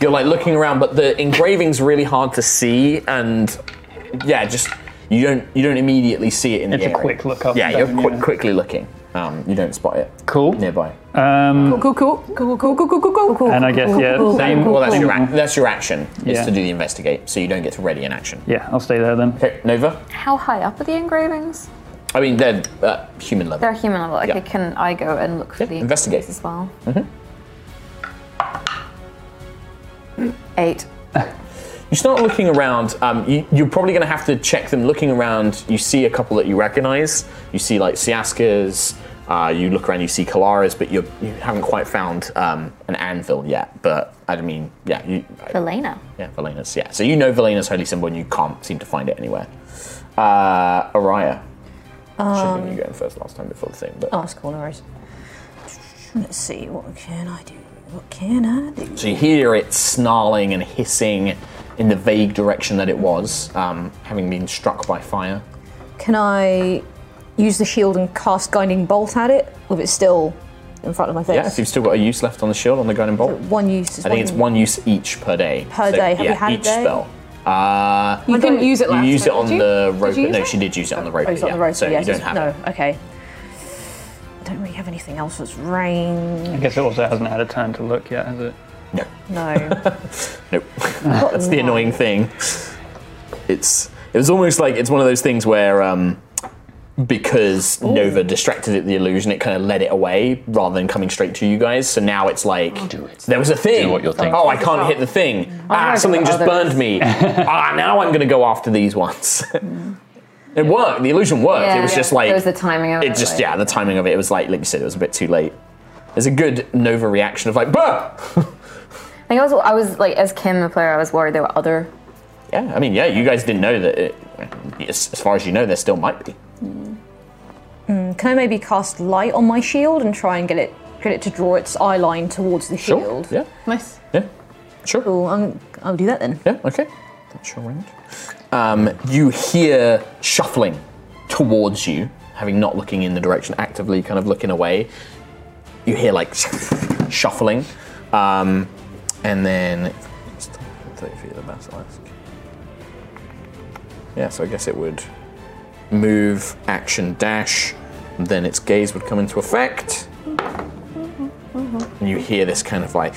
S6: You're like looking around, but the engraving's really hard to see, and yeah, just you don't you don't immediately see it in
S7: It's
S6: the
S7: a
S6: area.
S7: quick look up.
S6: Yeah,
S7: and
S6: you're
S7: down,
S6: qui- quickly looking. Um, you don't spot it
S7: Cool.
S6: nearby.
S7: Um,
S5: Cool, cool, cool, cool, cool, cool, cool, cool.
S7: and I guess yeah, same.
S6: well, that's your ac- that's your action is
S7: Yeah.
S6: to do the investigate, so you don't get to ready an action.
S7: Yeah, I'll stay there then.
S6: Okay, Nova.
S10: How high up are the engravings?
S6: I mean, they're uh, human level.
S10: They're human level. Okay,
S6: Yeah.
S10: can I go and look for the
S6: investigate.
S10: engravings as well?
S6: Mm-hmm.
S10: Eight.
S6: You start looking around. Um, you, you're probably going to have to check them. Looking around, you see a couple that you recognize. You see like Siaskas. Uh, you look around, you see Kalaras, but you're, you haven't quite found um, an anvil yet. But I mean, yeah, you,
S10: Elena.
S6: yeah, Valena's. Yeah, so you know Valena's holy symbol, and you can't seem to find it anywhere. Uh, Araya. Should have been you going first last time before the thing, but
S9: Oh, that's cool. No worries. Let's see. What can I do? What can I do?
S6: So you hear it snarling and hissing in the vague direction that it was, um, having been struck by fire.
S9: Can I use the shield and cast guiding bolt at it? Or if it's still in front of my face?
S6: Yeah, if you've still got a use left on the shield on the guiding bolt.
S9: One use.
S6: I think it's one use each per day.
S9: Per day. Have you
S6: yeah,
S9: had a
S6: each
S9: day?
S6: spell. Uh,
S5: You couldn't use it
S6: you
S5: last
S6: used it
S5: time,
S6: on
S5: did you?
S6: the
S5: Did
S6: rope.
S5: you use
S6: No,
S5: it?
S6: she did use it on the rope.
S9: Oh, it's
S6: yeah.
S9: on the road.
S6: So
S9: yeah,
S6: you don't
S9: it's-
S6: have
S9: no.
S6: it.
S9: Okay. I don't really have anything else that's rain.
S7: I guess it also hasn't had a turn to look yet, has it?
S6: No.
S9: No.
S6: Nope. *laughs* That's the annoying thing. It's it was almost like it's one of those things where um, because Nova distracted it, the illusion, it kind of led it away rather than coming straight to you guys. So now it's like there was a thing.
S2: Do what you're thinking. Oh,
S6: Oh, I can't hit the thing. Ah,
S10: gonna
S6: something
S10: go
S6: just
S10: others.
S2: *laughs*
S6: burned me. ah, now I'm going to go after these ones. *laughs*
S2: Hmm.
S6: it worked. The illusion worked. it was just like
S10: It was the timing of it.
S6: it just
S10: like-
S6: yeah the timing of it it was like like you said it was a bit too late there's a good nova reaction of like bah!
S10: I think I was, I was like, as Kim, the player, I was worried there were other.
S6: yeah i mean yeah you guys didn't know that it, as, as far as you know there still might be
S9: Mm. Can I maybe cast light on my shield and try and get it tricking it to draw its eye line towards the
S6: Sure,
S9: shield.
S6: yeah.
S9: Nice.
S6: Yeah. Sure.
S9: Cool. I'm, I'll do that then.
S6: Yeah. Okay. That's your round. Um, you hear shuffling towards you, having not looking in the direction, actively kind of looking away. You hear like *laughs* shuffling, um, and then it's 30 feet of the basilisk. Yeah, so I guess it would move, action, dash, then its gaze would come into effect,
S7: Mm-hmm.
S6: and you hear this kind of like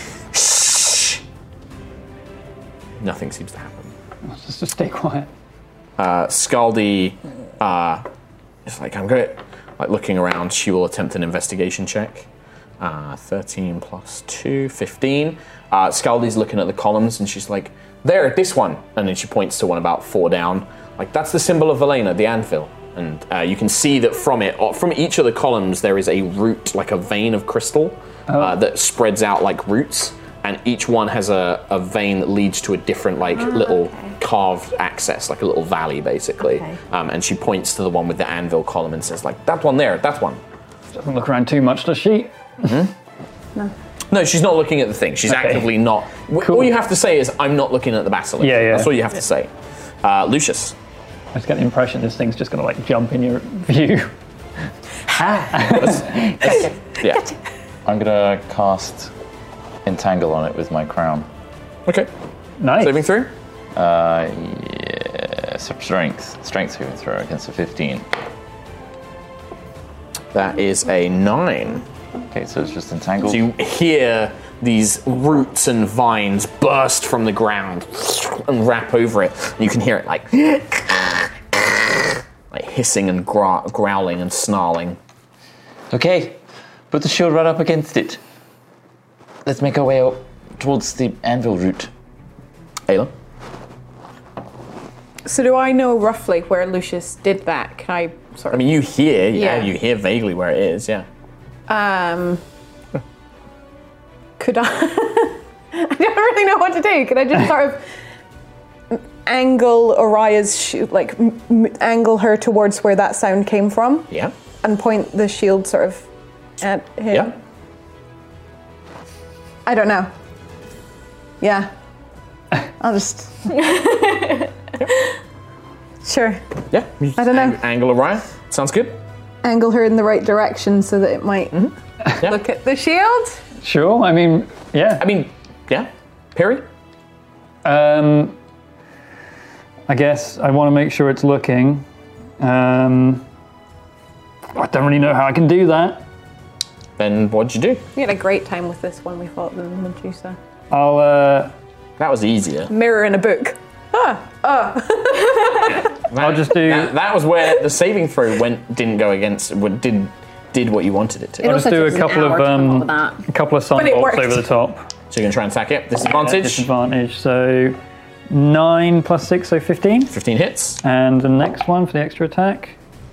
S6: nothing seems to happen.
S7: Just, just stay quiet.
S6: Uh, Scaldi uh, is like, I'm good. Like looking around, she will attempt an investigation check. Uh, 13 plus 2, 15. Uh, Scaldi's looking at the columns and she's like, there, this one. And then she points to one about four down. Like, that's the symbol of Velena, the anvil. And uh, you can see that from it, or from each of the columns, there is a root, like a vein of crystal uh, that spreads out like roots. And each one has a, a vein that leads to a different, like, little carved access, like a little valley, basically. Um, and she points to the one with the anvil column and says, like, that one there, that one.
S7: Doesn't look around too much, does she?
S6: Mm-hmm. No, she's not looking at the thing. She's actively not. w- All you have to say is, I'm not looking at the basilisk.
S7: Yeah, yeah.
S6: That's all you have to say. Uh,
S7: *laughs*
S6: Lucius.
S7: I just get the impression this thing's just going to like jump in your view.
S6: *laughs* Yeah.
S2: I'm gonna cast entangle on it with my crown.
S6: Okay.
S7: Nice.
S6: Saving through?
S2: Uh, yeah, so strength, strength saving throw against a 15.
S6: That is a nine.
S2: Okay, so it's just entangled.
S6: So you hear these roots and vines burst from the ground and wrap over it. And you can hear it like, like hissing and grow- growling and snarling.
S2: Okay, put the shield right up *laughs* against it. Let's make our way out towards the anvil route.
S6: Ayla?
S5: So do I know roughly where Lucius did that? Can I sort
S6: I
S5: of?
S6: mean, you hear, yeah,
S5: Yeah.
S6: you hear vaguely where it is, yeah.
S5: Um, could I? *laughs* I don't really know what to do. Could I just sort of angle Oria's sh- like m- m- angle her towards where that sound came from
S6: Yeah.
S5: and point the shield sort of at him?
S6: Yeah.
S5: I don't know.
S6: *laughs*
S5: Yeah. I'll just. sure.
S6: Yeah.
S5: I don't know.
S6: Angle Orion. Sounds good.
S5: Angle her in the right direction so that it might
S6: Mm-hmm. Yeah.
S5: look at the shield.
S7: *laughs* Sure. I mean, yeah.
S6: I mean, yeah. Perry?
S7: Um, I guess I want to make sure it's looking. Um, I don't really know how I can do that.
S6: Then what'd you do?
S5: We had a great time with this when we fought the Medusa.
S7: I'll. Uh,
S6: That was easier.
S5: Mirror in a book. Oh.
S7: I'll just do.
S6: That, that was where the saving throw went didn't go against would did did what you wanted it to.
S7: I'll just
S4: also
S7: do a
S4: took us an
S7: couple
S4: hour
S7: of
S4: to come up
S7: um,
S4: with that.
S7: a couple of
S5: it
S7: sunbolts
S5: worked.
S7: over the top.
S6: So you're gonna try and sack it. Disadvantage.
S7: Disadvantage. So nine plus six, so fifteen.
S6: Fifteen hits.
S7: And the next one for the extra attack.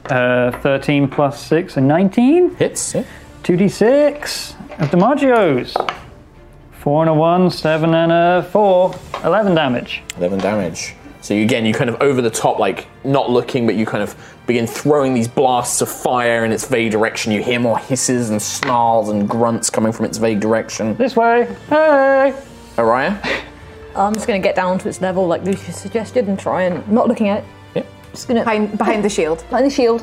S7: Uh, 13 plus 6, so 19.
S6: Hits. Yeah.
S7: 2d6 of Dimaggio's. 4 and a 1, 7 and a 4. 11 damage.
S6: Eleven damage. So you, again, you kind of over the top, like not looking, but you kind of begin throwing these blasts of fire in its vague direction. You hear more hisses and snarls and grunts coming from its vague direction.
S7: This way. Hey!
S6: Araya.
S9: I'm just going to get down to its level, like Lucius suggested, and try and not looking at it.
S6: Yeah.
S9: Just going to
S5: Behind, behind the shield.
S9: find the shield,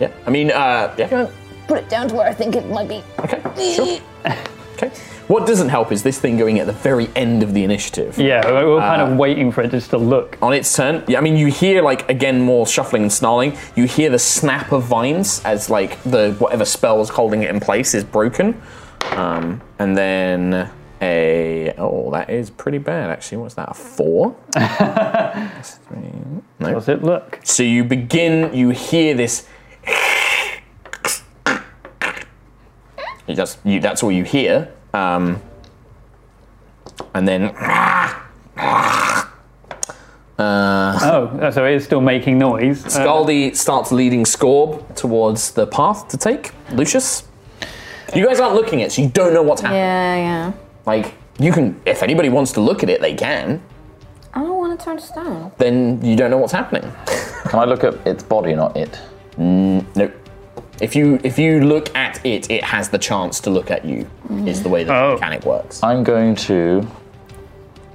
S6: Yeah. I mean, uh, yeah.
S9: put it down to where I think it might be.
S6: Okay, sure. okay. What doesn't help is this thing going at the very end of the initiative. Uh,
S7: Yeah, we we're kind of waiting for it just to look.
S6: On its turn, yeah, I mean, you hear like again more shuffling and snarling. You hear the snap of vines as like the whatever spell is holding it in place is broken, um, and then a oh that is pretty bad actually. What's that?
S7: *laughs*
S6: A four? That's three. No.
S7: Does it look?
S6: So you begin, you hear this. You just, you, that's all you hear. Um, and then. Uh,
S7: Oh, so it is still making noise. Uh,
S6: Scaldi starts leading Scorb towards the path to take. Lucius? You guys aren't looking at it, so you don't know what's happening.
S10: Yeah, yeah.
S6: Like, you can, if anybody wants to look at it, they can.
S10: I don't want to turn to stone.
S6: Then you don't know what's happening.
S2: Can I look at its body, not it?
S6: Nope. Mm, If you if you look at it, it has the chance to look at you. Is the way that the mechanic works.
S2: I'm going to.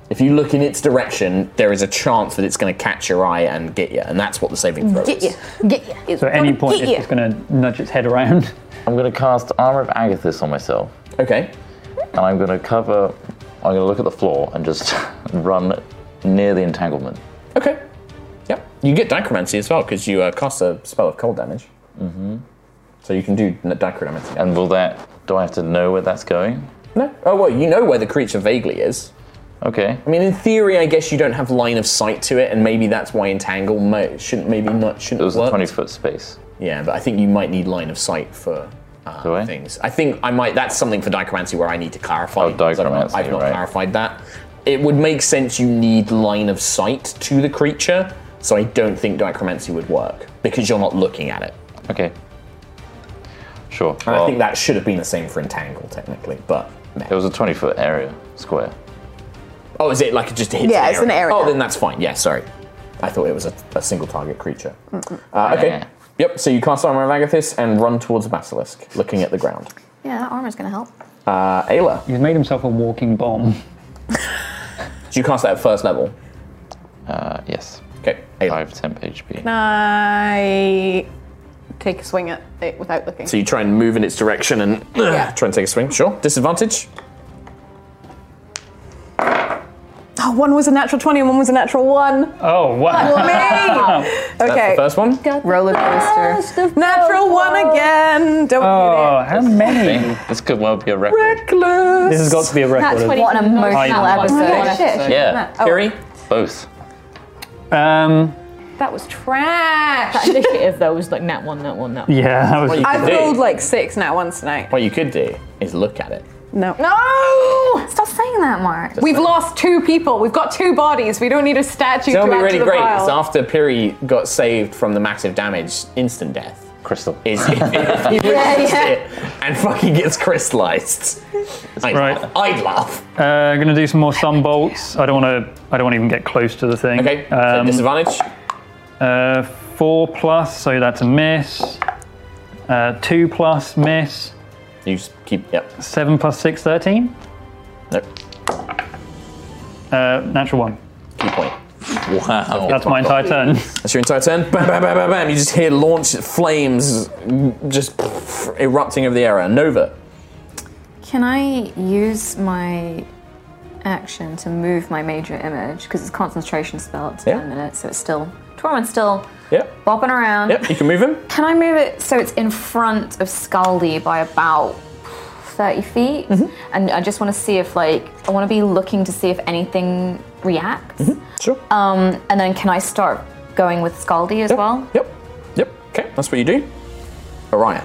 S6: If you look in its direction, there is a chance that it's going to catch your eye and get you, and that's what the saving throw
S9: Get
S6: is.
S9: you. Get you. It's
S7: So at any
S9: gonna
S7: point,
S9: get
S7: it's
S9: you.
S7: just going to nudge its head around. *laughs*
S2: I'm going to cast Armor of Agathis on myself,
S6: Okay.
S2: and I'm going to cover. I'm going to look at the floor and just *laughs* run near the entanglement.
S6: Okay. Yep. You get dichromancy as well because you uh, cast a spell of cold damage. Mm-hmm. So you can do n- dichromancy.
S2: And will that? Do I have to know where that's going?
S6: No. Oh well, you know where the creature vaguely is.
S2: Okay.
S6: I mean, in theory, I guess you don't have line of sight to it, and maybe that's why entangle might, shouldn't maybe not shouldn't
S2: It was
S6: work.
S2: a 20 foot space.
S6: Yeah, but I think you might need line of sight for uh,
S2: Do I?
S6: things. I think I might. That's something for dichromancy where I need to clarify.
S2: Oh,
S6: because I've not,
S2: dichromancy,
S6: I've not
S2: right.
S6: clarified that. It would make sense. You need line of sight to the creature, so I don't think dichromancy would work because you're not looking at it.
S2: Okay. Sure.
S6: And I
S2: well,
S6: think that should have been the same for entangle technically, but.
S2: It was a 20 foot area, square.
S6: Oh, is it like it just hits?
S5: Yeah, it's an area.
S6: Oh, then that's fine. Yeah, sorry. I thought it was a, a single target creature. Uh, okay.
S2: Yeah.
S6: Yep. So you cast Armor of Agathis and run towards the basilisk, looking at the ground.
S10: Yeah, that armor's gonna help.
S6: Uh, Ayla,
S7: He's made himself a walking bomb.
S6: do you cast that at first level?
S2: Uh, yes.
S6: Okay. Ayla.
S2: 5 temp HP.
S5: I take a swing at it without looking.
S6: So you try and move in its direction and try and take a swing. Sure. Disadvantage.
S5: Oh, one was a natural 20 and one was a natural 1.
S7: Oh,
S10: *laughs*
S7: wow.
S5: Me!
S6: That's the
S5: Okay.
S6: first one.
S4: Roller coaster.
S5: Natural 1 again. Don't
S7: Oh,
S5: oh.
S7: how many?
S2: This could well be a record.
S5: Reckless.
S7: This has got to be a record. isn't it?
S10: What an
S6: Oh,
S10: emotional
S7: I-
S10: episode.
S2: Yeah.
S5: Oh,
S6: Kerry.
S2: Both.
S7: Um,
S4: That was trash.
S9: That initiative though was like nat one, nat one, nat one.
S7: yeah, that
S6: What
S7: was.
S6: you could
S5: I've
S6: do.
S5: rolled like six now once tonight.
S6: what you could do is look at it.
S5: No.
S10: No! Stop saying that, Mark.
S5: We've lost two people. We've got two bodies. We don't need a statue to
S6: That would be
S5: add
S6: really
S5: to the
S6: great.
S5: pile.
S6: Is after Piri got saved from the massive damage, instant death.
S2: Crystal.
S7: *laughs*
S6: is if, if he resists it and fucking gets crystallized. I'd
S7: Right.
S6: laugh. I'd laugh.
S7: Uh, I'm gonna do some more sun bolts. I don't want to. I don't want to even get close to the thing.
S6: Okay, so
S7: Um,
S6: disadvantage.
S7: uh, four plus, so that's a miss. Uh, two plus, miss.
S6: You just keep, yep.
S7: Seven plus six, thirteen.
S6: Nope.
S7: Uh, natural one.
S6: Key point.
S2: Wow.
S7: That's my entire turn.
S6: That's your entire turn. Bam, bam, bam, bam, bam. You just hear launch flames just erupting over the area. Nova.
S10: Can I use my action to move my major image? Because it's a concentration spell, it's
S6: Yeah.
S10: 10 minutes, so it's still. Torment's still
S6: Yep.
S10: bopping
S5: Um,
S10: around.
S6: Yep, you can move him.
S10: Can I move it so it's in front of Scaldi by about 30 feet?
S5: Mm-hmm.
S10: And I just want to see if, like, I want to be looking to see if anything reacts.
S5: Mm-hmm.
S6: Sure.
S10: Um, and then can I start going with Scaldi as
S6: yep.
S10: well?
S6: Yep. Yep. Okay, that's what you do. Orion.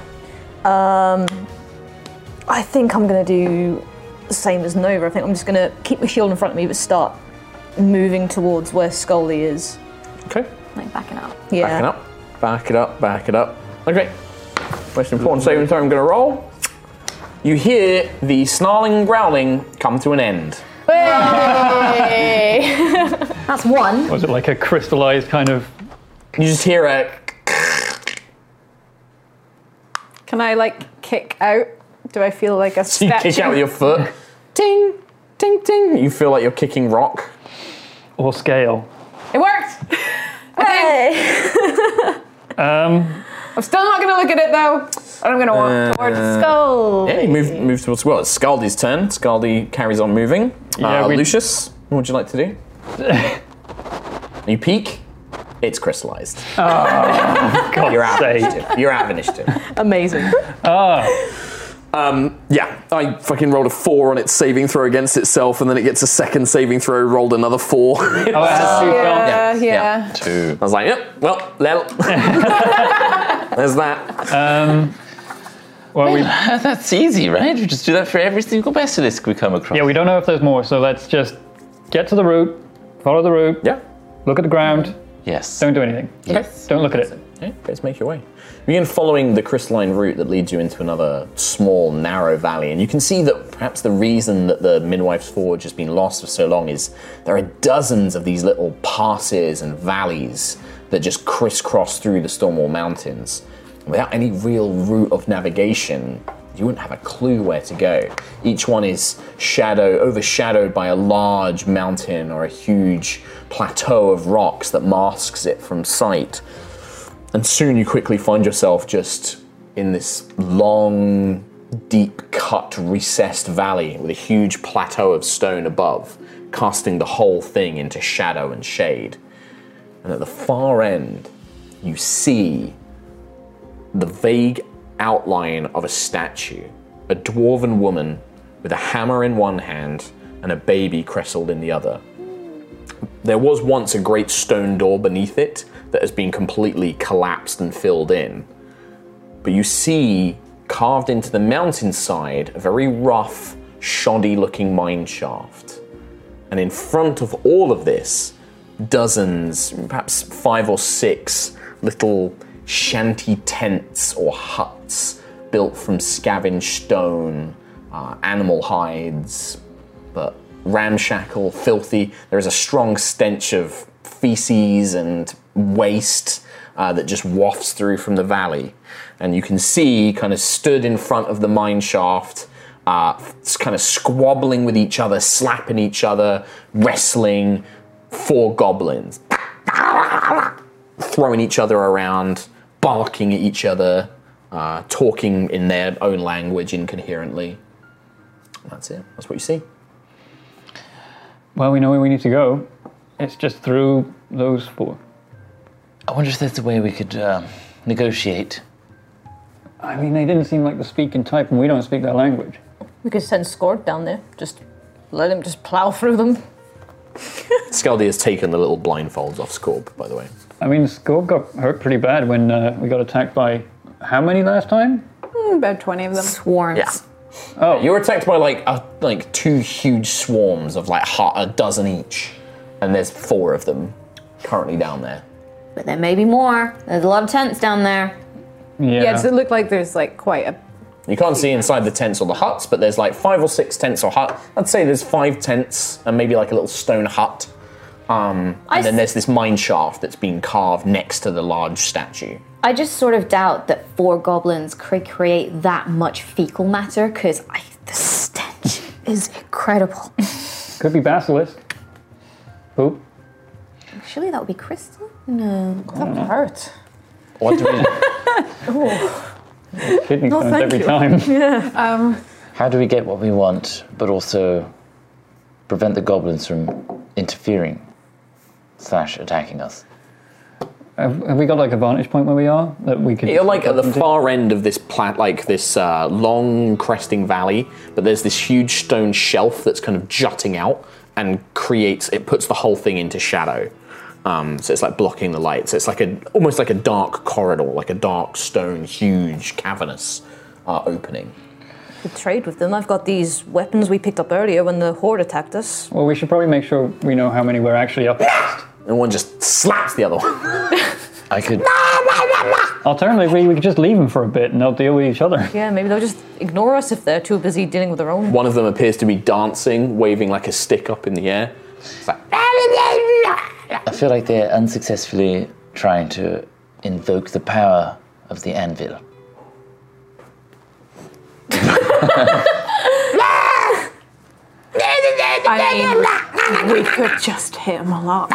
S9: Um, I think I'm gonna do the same as Nova. I think I'm just gonna keep my shield in front of me, but start moving towards where Scully is.
S6: Okay.
S10: Like, backing up.
S9: Yeah.
S6: Back it up. Back it up. Back it up. Okay. Most important saving throw I'm going to roll. You hear the snarling and growling come to an end.
S10: *laughs* That's one.
S7: Was it like a crystallized kind of?
S6: You just hear a.
S5: Can I like kick out? Do I feel like a
S6: You
S5: statue?
S6: kick out with your foot. ting, ting, ting. You feel like you're kicking rock.
S7: Or scale.
S5: It worked. *laughs*
S7: Um,
S5: I'm still not gonna look at it though. And I'm gonna walk towards the skull.
S6: Uh, Yeah, you move, move towards. Well, it's Scaldi's turn. Scaldi carries on moving.
S7: Yeah,
S6: uh,
S7: we-
S6: Lucius, what would you like to
S7: *laughs*
S6: do? you peek. It's crystallized.
S7: Ah.
S9: *laughs*
S7: God
S6: You're out of
S7: sake.
S6: initiative. You're out of initiative.
S5: Amazing.
S7: Ah,
S6: Um, yeah, I fucking rolled a four on its saving throw against itself, and then it gets a second saving throw, rolled another four. *laughs* I
S5: yeah, yeah.
S2: Two.
S6: was like, yep, well, lel. *laughs* There's that.
S7: um, well, we
S2: *laughs* That's easy, right? We just do that for every single basilisk we come across.
S7: yeah we don't know if there's more, so let's just get to the route, follow the route,
S6: Yeah.
S7: look at the ground,
S2: Yes.
S7: don't do anything.
S2: Yes.
S7: Don't look at it.
S6: Okay, let's make your way. You begin following the crystalline route that leads you into another small, narrow valley, and you can see that perhaps the reason that the Midwife's Forge has been lost for so long is there are dozens of these little passes and valleys that just crisscross through the Stormwall Mountains. without any real route of navigation, you wouldn't have a clue where to go. Each one is shadow overshadowed by a large mountain or a huge plateau of rocks that masks it from sight. And soon you quickly find yourself just in this long, deep cut, recessed valley with a huge plateau of stone above, casting the whole thing into shadow and shade. And at the far end, you see the vague outline of a statue, a dwarven woman with a hammer in one hand and a baby crestled in the other. There was once a great stone door beneath it that has been completely collapsed and filled in. But you see carved into the mountainside a very rough, shoddy looking mine shaft. And in front of all of this, dozens, perhaps five or six little shanty tents or huts built from scavenged stone, uh, animal hides, but ramshackle, filthy. There is a strong stench of feces and waste uh, that just wafts through from the valley. And you can see, kind of stood in front of the mine shaft, uh, kind of squabbling with each other, slapping each other, wrestling, four goblins throwing each other around, barking at each other, uh, talking in their own language incoherently. That's it. That's what you see.
S7: Well, we know where we need to go. It's just through those four.
S2: I wonder if there's a way we could um, negotiate.
S7: I mean, they didn't seem like the speaking type, and we don't speak their language.
S9: We could send Scored down there. Just let him just plow through them.
S6: Scaldi has taken the little blindfolds off Scorp, by the way.
S7: I mean, Scorp got hurt pretty bad when uh, we got attacked by how many last time?
S5: Mm, about 20 of them.
S10: Swarms.
S6: Yeah. Oh, you were attacked by like a, like two huge swarms of like ha- a dozen each, and there's four of them currently down there.
S10: But there may be more. There's a lot of tents down there.
S5: Yeah, does it look like there's like quite a.
S6: You can't see inside the tents or the huts, but there's like five or six tents or hut. I'd say there's five tents and maybe like a little stone hut. Um,
S10: I
S6: and then
S10: s-
S6: there's this mine shaft that's been carved next to the large statue.
S10: I just sort of doubt that four goblins could create that much fecal matter because
S5: *laughs*
S10: the stench is incredible.
S7: Could be basilisk. Poop.
S10: Surely that would be crystal? No.
S9: That
S5: Oh,
S9: hurt.
S6: What do
S2: *laughs*
S6: we,
S7: Kidney
S5: No,
S7: stones
S5: thank
S7: every
S5: you.
S7: time.
S5: *laughs* Yeah. Um,
S2: *laughs* How do we get what we want, but also prevent the goblins from interfering slash attacking us?
S7: Have, have we got like a vantage point where we are that we could?
S6: You're like at the far end of this plat, like this uh, long cresting valley, but there's this huge stone shelf that's kind of jutting out and creates. It puts the whole thing into shadow. Um, so it's like blocking the light. So it's like a almost like a dark corridor, like a dark stone, huge cavernous uh, opening.
S9: Could trade with them. I've got these weapons we picked up earlier when the horde attacked us.
S7: Well, we should probably make sure we know how many we're actually up.
S6: And one just slaps the
S5: *laughs*
S6: other one.
S2: I *laughs* could.
S7: Alternatively, we could just leave them for a bit and they'll deal with each other.
S9: Yeah, maybe they'll just ignore us if they're too busy dealing with their own.
S6: One of them appears to be dancing, waving like a stick up in the air. It's like,
S2: I feel like they're unsuccessfully trying to invoke the power of the anvil.
S5: I mean, we could just hit him a lot.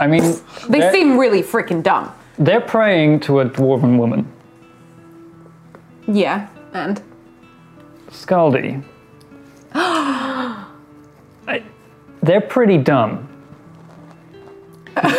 S7: I mean,
S5: They
S7: they're,
S5: seem really freaking dumb.
S7: they're praying to a dwarven woman.
S5: Yeah, and *gasps*
S7: Scaldi. I- they're
S5: *laughs*
S7: pretty dumb.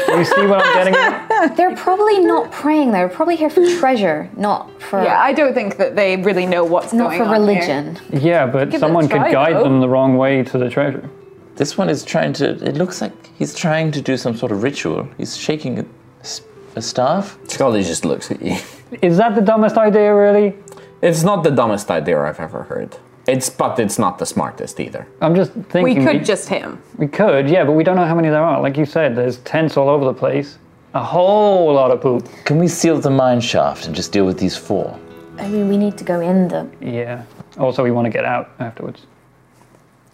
S7: you see what I'm getting at?
S10: They're probably not praying. They're probably
S5: *laughs*
S10: here for treasure, not for
S5: yeah, I don't think that they really know what's
S10: not
S5: going
S10: for
S5: on. here.
S10: religion.
S7: Yeah, but
S5: it a
S7: someone could
S5: try,
S7: guide
S5: though.
S7: them the wrong way to the treasure.
S2: Oh. This one is trying to. It looks like he's trying to do some sort of ritual. He's shaking a, s- a staff.
S6: Scully just looks at you.
S7: Is that the dumbest idea, really?
S6: It's not the dumbest idea I've ever heard. It's but it's not the smartest either.
S7: I'm just
S5: We
S7: thinking.
S5: could just hit him.
S7: We could, yeah, but we don't know how many there are. Like you said, there's tents all over the place. A whole lot of poop.
S2: Can we seal the mine shaft and just deal with these four?
S10: I mean, we need to go in the.
S7: Yeah. Also, we want to get out afterwards.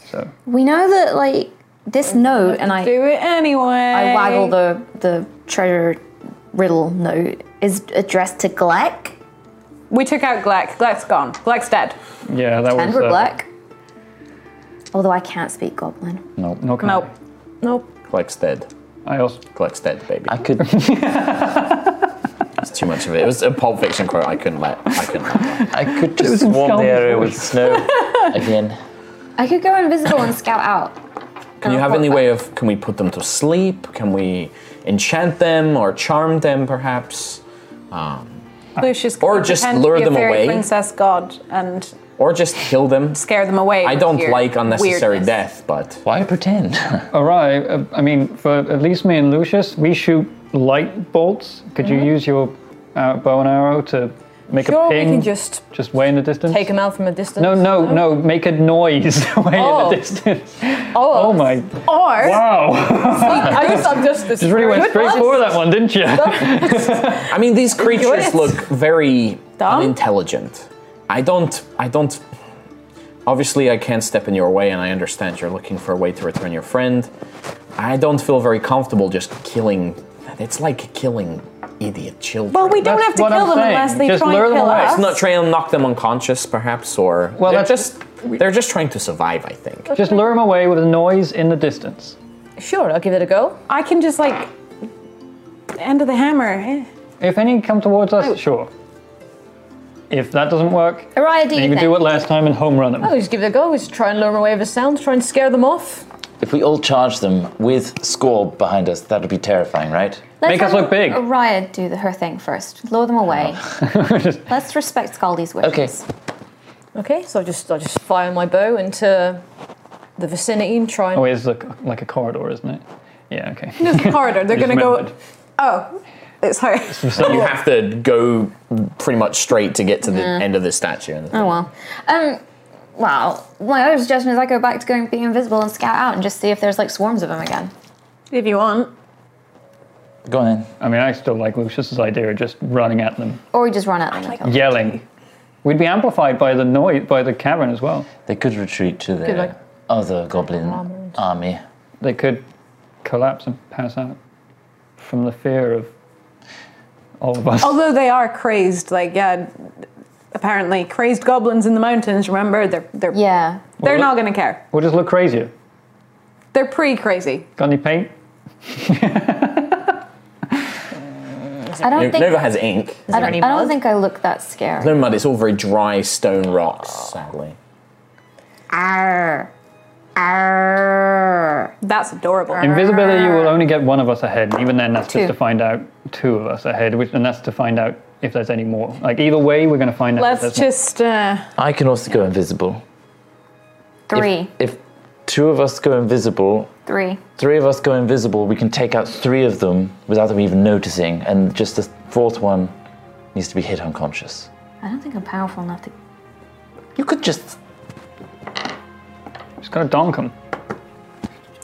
S7: So,
S10: We know that like this note, and I
S5: Do it anyway.
S10: I waggle the the treasure
S14: riddle note is addressed to Gleck.
S5: We took out Gleck. Gleck's gone. Gleck's dead.
S7: Yeah, that
S14: And
S7: was.
S14: we're
S7: uh,
S14: Gleck. Although I can't speak Goblin.
S6: Nope.
S7: Nope.
S5: Nope. Nope. *laughs*
S6: Collects dead.
S7: I also.
S6: Collects dead, baby. I *laughs* could. That's too much of it. It was a Pulp Fiction quote. I couldn't let. I couldn't. Let
S2: I could just swarm the area with snow again.
S10: I could go invisible and scout out.
S6: Can you have any way of? Can we put them to sleep? Can we enchant them or charm them, perhaps? Um,
S5: Lucius could
S6: Or just
S5: pretend to
S6: lure
S5: be a
S6: them
S5: fairy
S6: away.
S5: Princess god and
S6: or just kill them.
S5: scare them away.
S6: I
S5: with
S6: don't
S5: your
S6: like unnecessary
S5: weirdness.
S6: death, but
S2: why pretend?
S7: *laughs* All right. uh, I mean, for at least me and Lucius, we shoot light bolts. Could you use your uh, bow and arrow to make
S9: Mm-hmm. Sure,
S7: a
S9: we
S7: ping?
S9: can just
S7: just way in the distance.
S9: take him out from a distance.
S7: no, no, no! Make a noise *laughs* way
S9: Oh.
S7: in the distance.
S9: Oh,
S7: Oh my!
S5: Or
S9: *laughs*
S7: Wow!
S9: I just, I'm just this.
S7: *laughs* Just really went straight for that one, didn't you?
S6: I mean, these creatures
S5: it.
S6: look very unintelligent. I don't. I don't. Obviously, I can't step in your way, and I understand you're looking for a way to return your friend. I don't feel very comfortable just killing. It's like killing idiot children.
S5: Well, we don't
S7: That's
S5: have to
S7: what
S5: kill
S7: I'm
S5: them
S7: saying.
S5: unless they
S7: Just
S5: try
S7: lure
S5: and
S7: them
S5: kill
S7: away.
S5: us.
S6: Let's not try and knock them unconscious, perhaps, or
S7: Well,
S6: they're
S7: that's-
S6: just they're just trying to survive. I think.
S7: Just lure him away with a noise in the distance.
S9: Sure, I'll give it a go.
S5: I can just like end of the hammer. eh?
S7: If any come towards
S9: Oh.
S7: us, sure. If that doesn't work,
S14: Araya, do
S7: then
S14: you,
S7: you can
S14: think?
S7: do it last time and home run them.
S9: I'll Oh, just give it a go. Just try and lure him away with a sound. Try and scare them off.
S2: If we all charge them with score behind us, that would be terrifying, right?
S10: Let's
S7: Make us
S10: have
S7: look big.
S10: Araya do the, her thing first. Lure them
S7: *laughs*
S10: away. Let's respect Scaldy's wishes.
S2: Okay.
S9: Okay, so I just I just fire my bow into the vicinity and try and *laughs*
S7: Oh, it's like, like a corridor, isn't it?
S5: *laughs*
S7: Yeah, okay.
S5: Just a corridor. They're
S7: *laughs* Just
S5: gonna go.
S7: remembered.
S5: Oh, it's her.
S6: So you have to go pretty much straight to get to the
S5: Mm.
S6: end of the statue. And
S10: Oh well. Um. Well, my other suggestion is I go back to going be invisible and scout out and just see if there's like swarms of them again.
S5: If you want,
S2: Go on then.
S7: I mean, I still like Lucius's idea of just running at them,
S10: Or we just run at them. and kill them.
S7: yelling. We'd be amplified by the noise, by the cavern as well.
S2: They could retreat to
S9: Good
S2: the
S9: luck.
S2: other goblin army.
S7: They could collapse and pass out from the fear of all of us.
S5: although they are crazed, like yeah, apparently crazed goblins in the mountains. Remember, they're they're
S10: Yeah.
S5: they're
S7: Well,
S5: not gonna care.
S7: We'll just look crazier.
S5: They're pretty crazy.
S7: Got any paint?
S10: I don't think.
S6: Nova has ink.
S10: I don't,
S9: any
S10: I don't
S9: mud?
S10: think I look that scary.
S6: No mud. It's all very dry stone rocks. Sadly.
S10: Arr. Arr.
S5: That's adorable.
S7: Invisibility, you will only get one of us ahead. and Even then, that's
S10: Two.
S7: just to find out two of us ahead, which, and that's to find out if there's any more. Like, either way, we're going to find out.
S5: Let's
S7: if there's not.
S5: just. Uh,
S2: I can also go invisible.
S10: Three.
S2: If, if two of us go invisible,
S10: Three.
S2: three of us go invisible, we can take out three of them without them even noticing, and just the fourth one needs to be hit unconscious.
S10: I don't think I'm powerful enough to.
S2: You could just.
S7: Just got to donk them.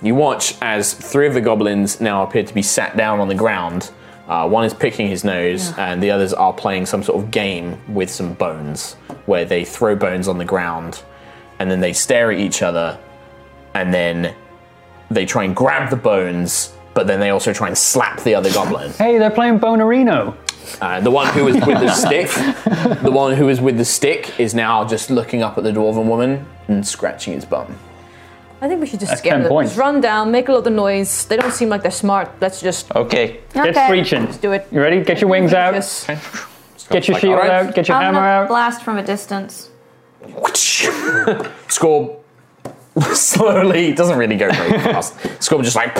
S6: You watch as three of the goblins now appear to be sat down on the ground. Uh, one is picking his nose, and the others are playing some sort of game with some bones, where they throw bones on the ground, and then they stare at each other, and then they try and grab the bones, but then they also try and slap the other *laughs* goblin.
S7: Hey, they're playing Bonarino.
S6: Uh, the one who was with the stick,
S7: *laughs*
S6: the one who was with the stick, is now just looking up at the dwarven woman and scratching his bum.
S9: I think we should just
S7: That's
S9: scare
S7: 10
S9: them.
S7: points.
S9: Just run down, make a lot of noise. They don't seem like they're smart. Let's just
S2: Okay.
S7: Get screeching.
S9: do it.
S7: You ready? Get your wings out.
S9: Just-
S7: Get your shield out. Get your
S10: I'm
S7: hammer
S10: gonna
S7: out.
S10: blast from a distance.
S6: *laughs* Scorb *laughs* slowly doesn't really go very fast. Scorb just like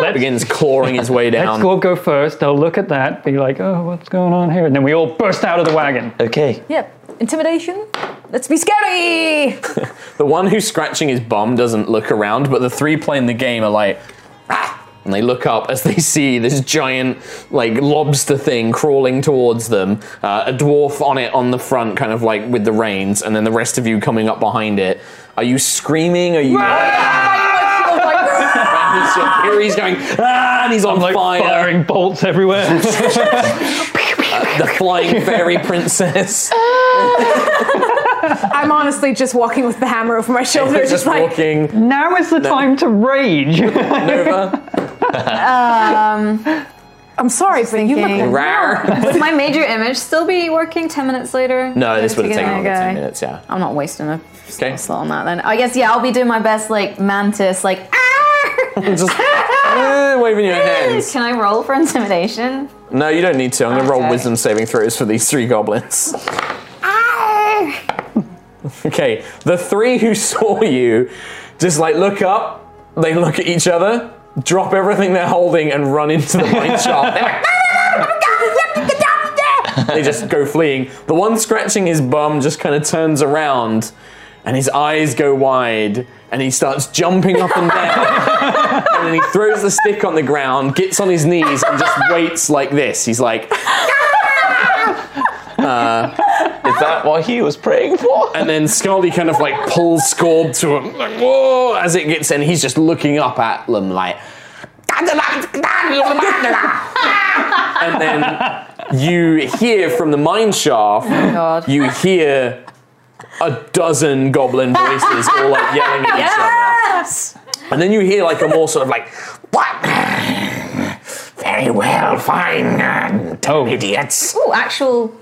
S7: Let's,
S6: begins clawing his way
S7: let
S6: down.
S7: Scorp go first. They'll look at that, be like, oh, what's going on here? And then we all burst out of the wagon.
S2: Okay.
S9: Yeah, intimidation. Let's be scary.
S6: The one who's scratching his bum doesn't look around, but the three playing the game are like, ah, and they look up as they see this giant, like, lobster thing crawling towards them. Uh, a dwarf on it on the front, kind of like with the reins, and then the rest of you coming up behind it. Are you screaming? Are you. *laughs*
S5: Oh
S6: Here he's going, ah, and he's on
S7: I'm like
S6: fire.
S7: firing bolts
S6: *laughs*
S7: everywhere.
S6: Uh, The flying fairy princess.
S5: I'm honestly just walking with the hammer over my shoulder,
S6: They're
S5: just,
S6: just
S5: like
S6: walking.
S7: now is the time to rage.
S6: Nova,
S10: Um,
S5: I'm sorry, but you
S10: thinking-
S5: look
S6: Rar.
S10: would my major image still be working 10 minutes later?
S6: No, this would have
S10: Give it
S6: taken
S10: a
S6: over 10
S10: go.
S6: minutes, yeah.
S10: I'm not wasting a
S6: Okay.
S10: slot on that then. I guess, yeah, I'll be doing my best, like, mantis, like,
S6: *laughs* Just eh, waving your hands.
S10: *laughs* Can I roll for intimidation?
S6: No, you don't need to. I'm going to roll
S10: Okay.
S6: wisdom saving throws for these three goblins. *laughs*
S10: *laughs*
S6: Okay, the three who *laughs* saw you just like look up, they look at each other, drop everything they're holding, and run into the *laughs* wine shop. They're like, *laughs* they just go fleeing. The one scratching his bum just kind of turns around and his eyes go wide and he starts jumping up and *laughs* down. and then he throws the stick on the ground, gets on his knees, and just waits like this. He's like, uh, Is that what he was praying for? And then Scaldy kind of like pulls Scorb to him, like, whoa, as it gets in. He's just looking up at them, like, and then you hear from the mine shaft, you hear a dozen goblin voices all like yelling at each other. And then you hear like a more sort of like, what? Very well, fine, uh, dumb idiots.
S10: Ooh, actual.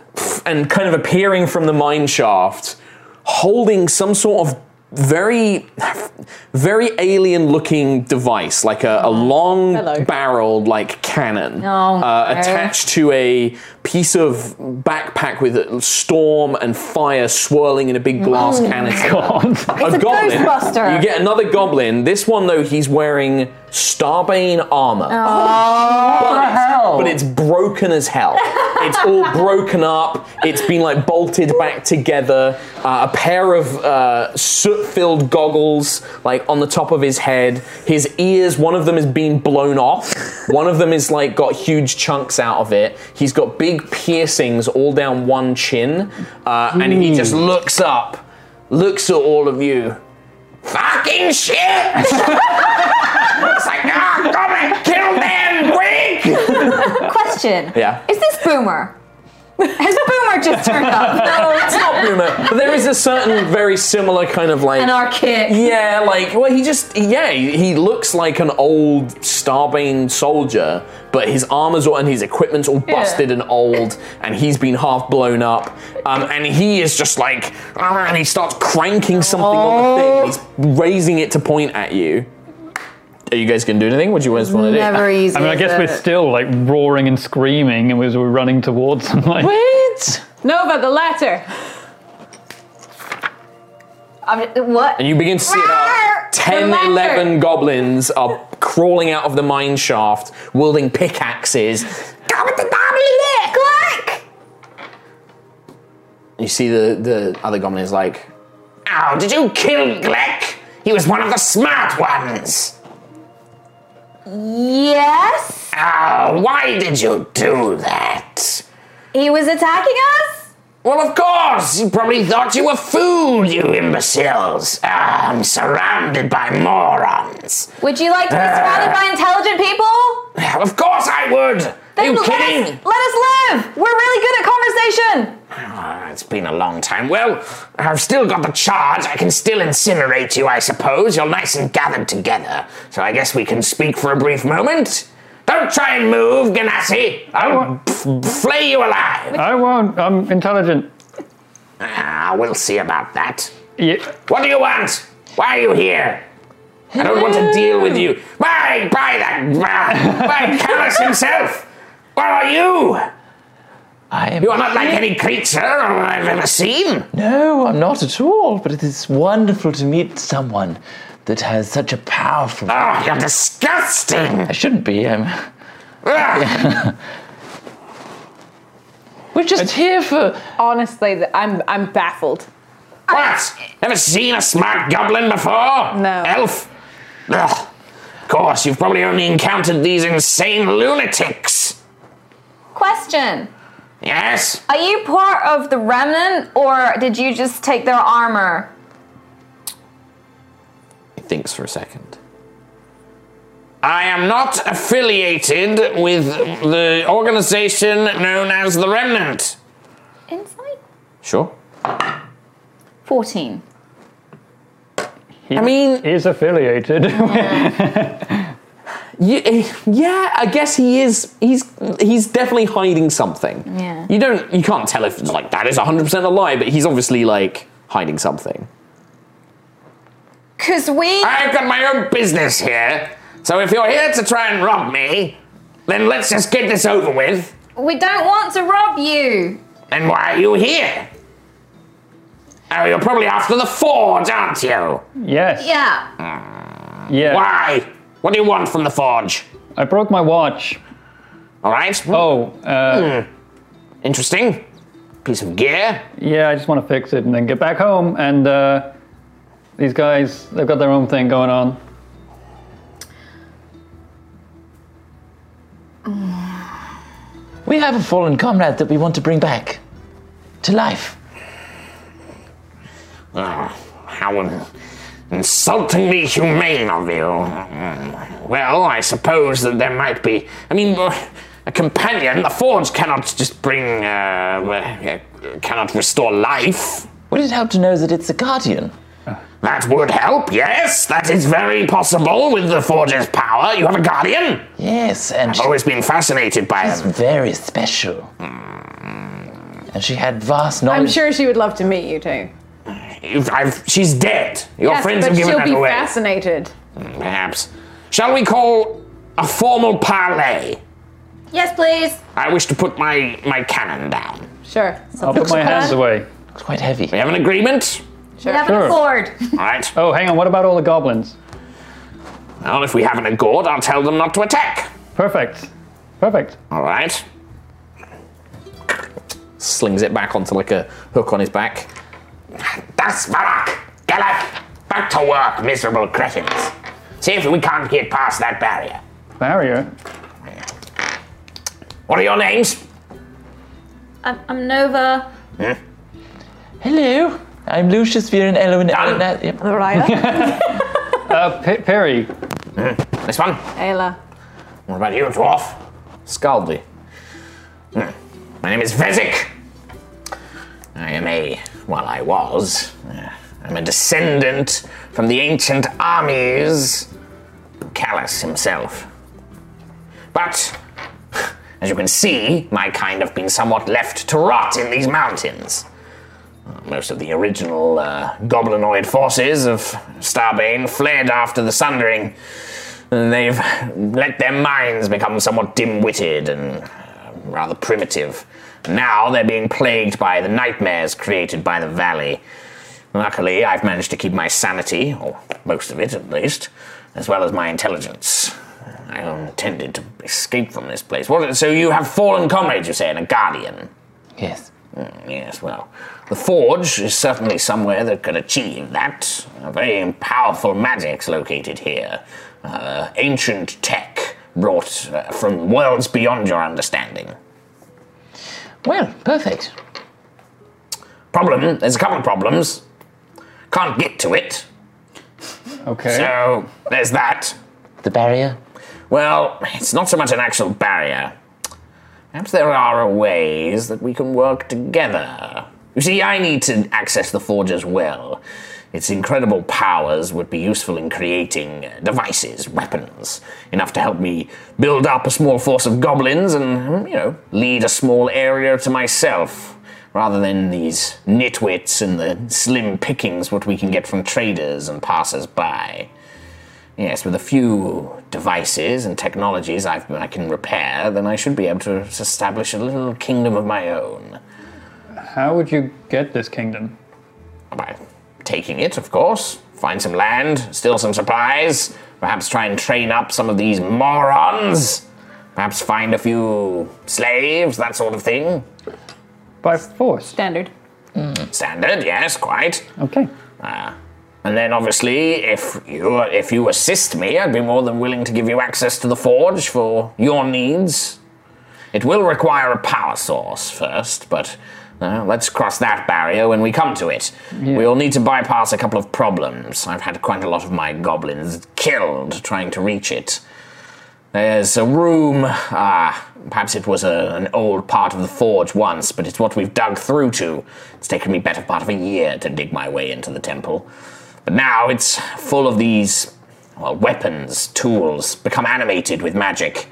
S6: And kind of appearing from the mine shaft, holding some sort of very, very alien looking device, like a,
S10: Uh-huh.
S6: a long barreled like cannon
S10: No,
S6: uh,
S10: Oh, no.
S6: attached to a piece of backpack with storm and fire swirling in a big glass
S10: Oh,
S6: cannon.
S10: God. It's a Ghostbuster.
S6: You get another goblin. This one though, he's wearing Starbane armor.
S10: Oh,
S6: *laughs* But it's- But it's broken as hell. It's
S10: *laughs*
S6: all broken up. It's been like bolted back together. Uh, a pair of uh, soot-filled goggles, like on the top of his head. His ears. One of them has been blown off. One of them is like got huge chunks out of it. He's got big piercings all down one chin, uh, and he
S11: Hmm.
S6: just looks up, looks at all of you. Fucking shit! *laughs* it's like, ah, come and kill them,
S10: *laughs*
S6: quick!
S10: Question.
S6: Yeah.
S10: Is this Boomer? Has Boomer just turned up?
S6: *laughs* No, it's not Boomer. But there is a certain very similar kind of like
S10: An archaic.
S6: Yeah, like well, he just yeah, he he looks like an old Starbane soldier, but his armor's all and his equipment's all
S11: Yeah.
S6: busted and old, and he's been half blown up, um, and he is just like, "Ah," and he starts cranking something on the thing. He's raising it to point at you. Are you guys gonna do anything? What do you guys want to do?
S7: I mean, I guess we're still like roaring and screaming, and as we're running towards them, like
S6: Wait!
S5: Nova, the latter.
S10: I'm, what?
S6: And you begin to see about 10, 11 goblins are crawling out of the mine shaft, wielding pickaxes. Go with the goblin lick, click! You see the, the other goblin is like, Ow, did you kill Gleck? He was one of the smart ones!
S10: Yes?
S6: Ow, Uh, why did you do that?
S10: He was attacking us?
S6: Well, of course! You probably thought you were food, you imbeciles! Ah, I'm surrounded by morons!
S10: Would you like to be
S6: Ah.
S10: surrounded by intelligent people?
S6: Of course I would!
S10: Then let us, let us live! We're really good at conversation!
S6: Ah, it's been a long time. Well, I've still got the charge. I can still incinerate you, I suppose. You're nice and gathered together, so I guess we can speak for a brief moment. Don't try and move, Ganassi. I'll f- flay you alive.
S7: I won't. I'm intelligent.
S6: Ah, we'll see about that.
S7: Yeah.
S6: What do you want? Why are you here? I don't want to deal with you. Why, by
S2: *laughs*
S6: that, by Callus himself. What are you?
S2: I am.
S6: You are not like any creature I've ever seen.
S2: No, I'm not at all. But it is wonderful to meet someone that has such a powerful.
S6: Oh, you're disgusting! Ah.
S2: I shouldn't be. I'm.
S5: We're just here for. Honestly, th- I'm I'm baffled.
S6: What? Never seen a smart goblin
S11: Oh,
S6: before? No. Elf? Ugh. Of course, you've probably only encountered these insane lunatics.
S10: Question.
S6: Yes?
S10: Are you part of the remnant or did you just take their armor?
S6: He thinks for a second. I am not affiliated with the organization known as the Remnant.
S10: Insight?
S6: Sure.
S10: 14.
S7: *laughs* I mean, is affiliated.
S6: y- eh, yeah, I guess he is. He's he's definitely hiding something.
S10: Yeah.
S6: You don't. You can't tell if like that is hundred percent a lie, but he's obviously like hiding something.
S10: Because we.
S11: I've got my own business here, so if you're here to try and rob me, then let's just get this over with.
S10: We don't want to rob you.
S11: Then why are you here? Oh, you're probably after the forge, aren't you? Hmm.
S7: Yes.
S10: Yeah.
S7: Yeah.
S11: Why? What do you want from the forge?
S7: I broke my watch.
S11: All right. Hmm.
S7: Oh. Uh,
S11: Interesting. Piece of gear.
S7: Yeah, I just want to fix it and then get back home. And uh, these guys, they've got their own thing going on.
S2: *laughs* We have a fallen comrade that we want to bring back to life.
S11: Oh, how in- insultingly humane of you. Mm, Well, I suppose that there might be. I mean, uh, a companion. The Forge cannot just bring. Uh, uh, cannot restore life.
S2: Would it help to know that it's a guardian?
S11: That would help, yes. That is very possible with the Forge's power. You have a guardian?
S2: Yes, and
S11: I've always been fascinated by
S2: She's
S11: him.
S2: very special. And she had vast
S5: I'm
S2: knowledge.
S5: sure she would love to meet you too.
S11: You've- I've- she's dead. Your
S5: yes,
S11: friends
S5: but
S11: have given
S5: she'll
S11: that
S5: be
S11: away.
S5: fascinated.
S11: Perhaps. Shall we call a formal parley?
S10: Yes, please.
S11: I wish to put my, my cannon down.
S5: Sure.
S7: I'll put my hands away.
S2: It's quite heavy.
S11: We have an agreement?
S10: We have
S7: Sure.
S10: an accord.
S11: All right.
S7: Oh, hang on. What about all the goblins?
S11: Well, if we haven't agreed, I'll tell them not to attack.
S7: Perfect. Perfect.
S11: All right.
S6: Slings it back onto like a hook on his back.
S11: That's Barak. Get up. Back to work, miserable cretins. See if we can't get past that barrier.
S7: Barrier.
S11: What are your names?
S10: I'm, I'm Nova.
S2: Hello, I'm Lucius Viren Elwin.
S6: Ah.
S11: Done.
S2: Elwin- yep.
S7: Uh, P- Perry.
S11: Hmm, This one.
S5: Ayla.
S11: What about you, dwarf? Hmm.
S6: Scaldly.
S11: My name is Vezik. I am a, well, I was. uh, I'm a descendant from the ancient armies, Callus himself. But, *laughs* as you can see, my kind have been somewhat left to rot in these mountains. Most of the original uh, goblinoid forces of Starbane fled after the Sundering, and they've let their minds become somewhat dim witted and uh, rather primitive. Now they're being plagued by the nightmares created by the valley. Luckily, I've managed to keep my sanity, or most of it at least, as well as my intelligence. I intended to escape from this place. What, so you have fallen comrades, you say, and a guardian?
S2: *laughs* Yes.
S11: Mm, Yes, well, the Forge is certainly somewhere that can achieve that. Uh, Very powerful magic's located here. Uh, ancient tech brought uh, from worlds beyond your understanding.
S2: Well, perfect.
S11: Problem, there's a couple of problems. Can't get to it,
S7: Okay.
S11: so there's that.
S2: The barrier.
S11: Well, it's not so much an actual barrier. Perhaps there are ways that we can work together. You see, I need to access the Forge as well. Its incredible powers would be useful in creating uh, devices, weapons, enough to help me build up a small force of goblins and, hmm, you know, lead a small area to myself, rather than these nitwits and the slim pickings what we can get from traders and passers by. Yes, with a few devices and technologies I've, I can repair, then I should be able to establish a little kingdom of my own.
S7: How would you get this kingdom?
S11: By taking it, of course, find some land, steal some supplies, perhaps try and train up some of these morons, perhaps find a few slaves, that sort of thing. Hmm.
S7: By force.
S5: Standard.
S11: Standard, yes, quite.
S7: Okay.
S11: Ah. and then, obviously, if you if you assist me, I'd be more than willing to give you access to the forge for your needs. It will require a power source first, but uh, let's cross that barrier when we come to it. We'll need to bypass a couple of problems. I've had quite a lot of my goblins killed trying to reach it. There's a room. Ah, perhaps it was a, an old part of the forge once, but it's what we've dug through to. It's taken me better part of a year to dig my way into the temple. But now it's full of these while weapons, tools become animated with magic.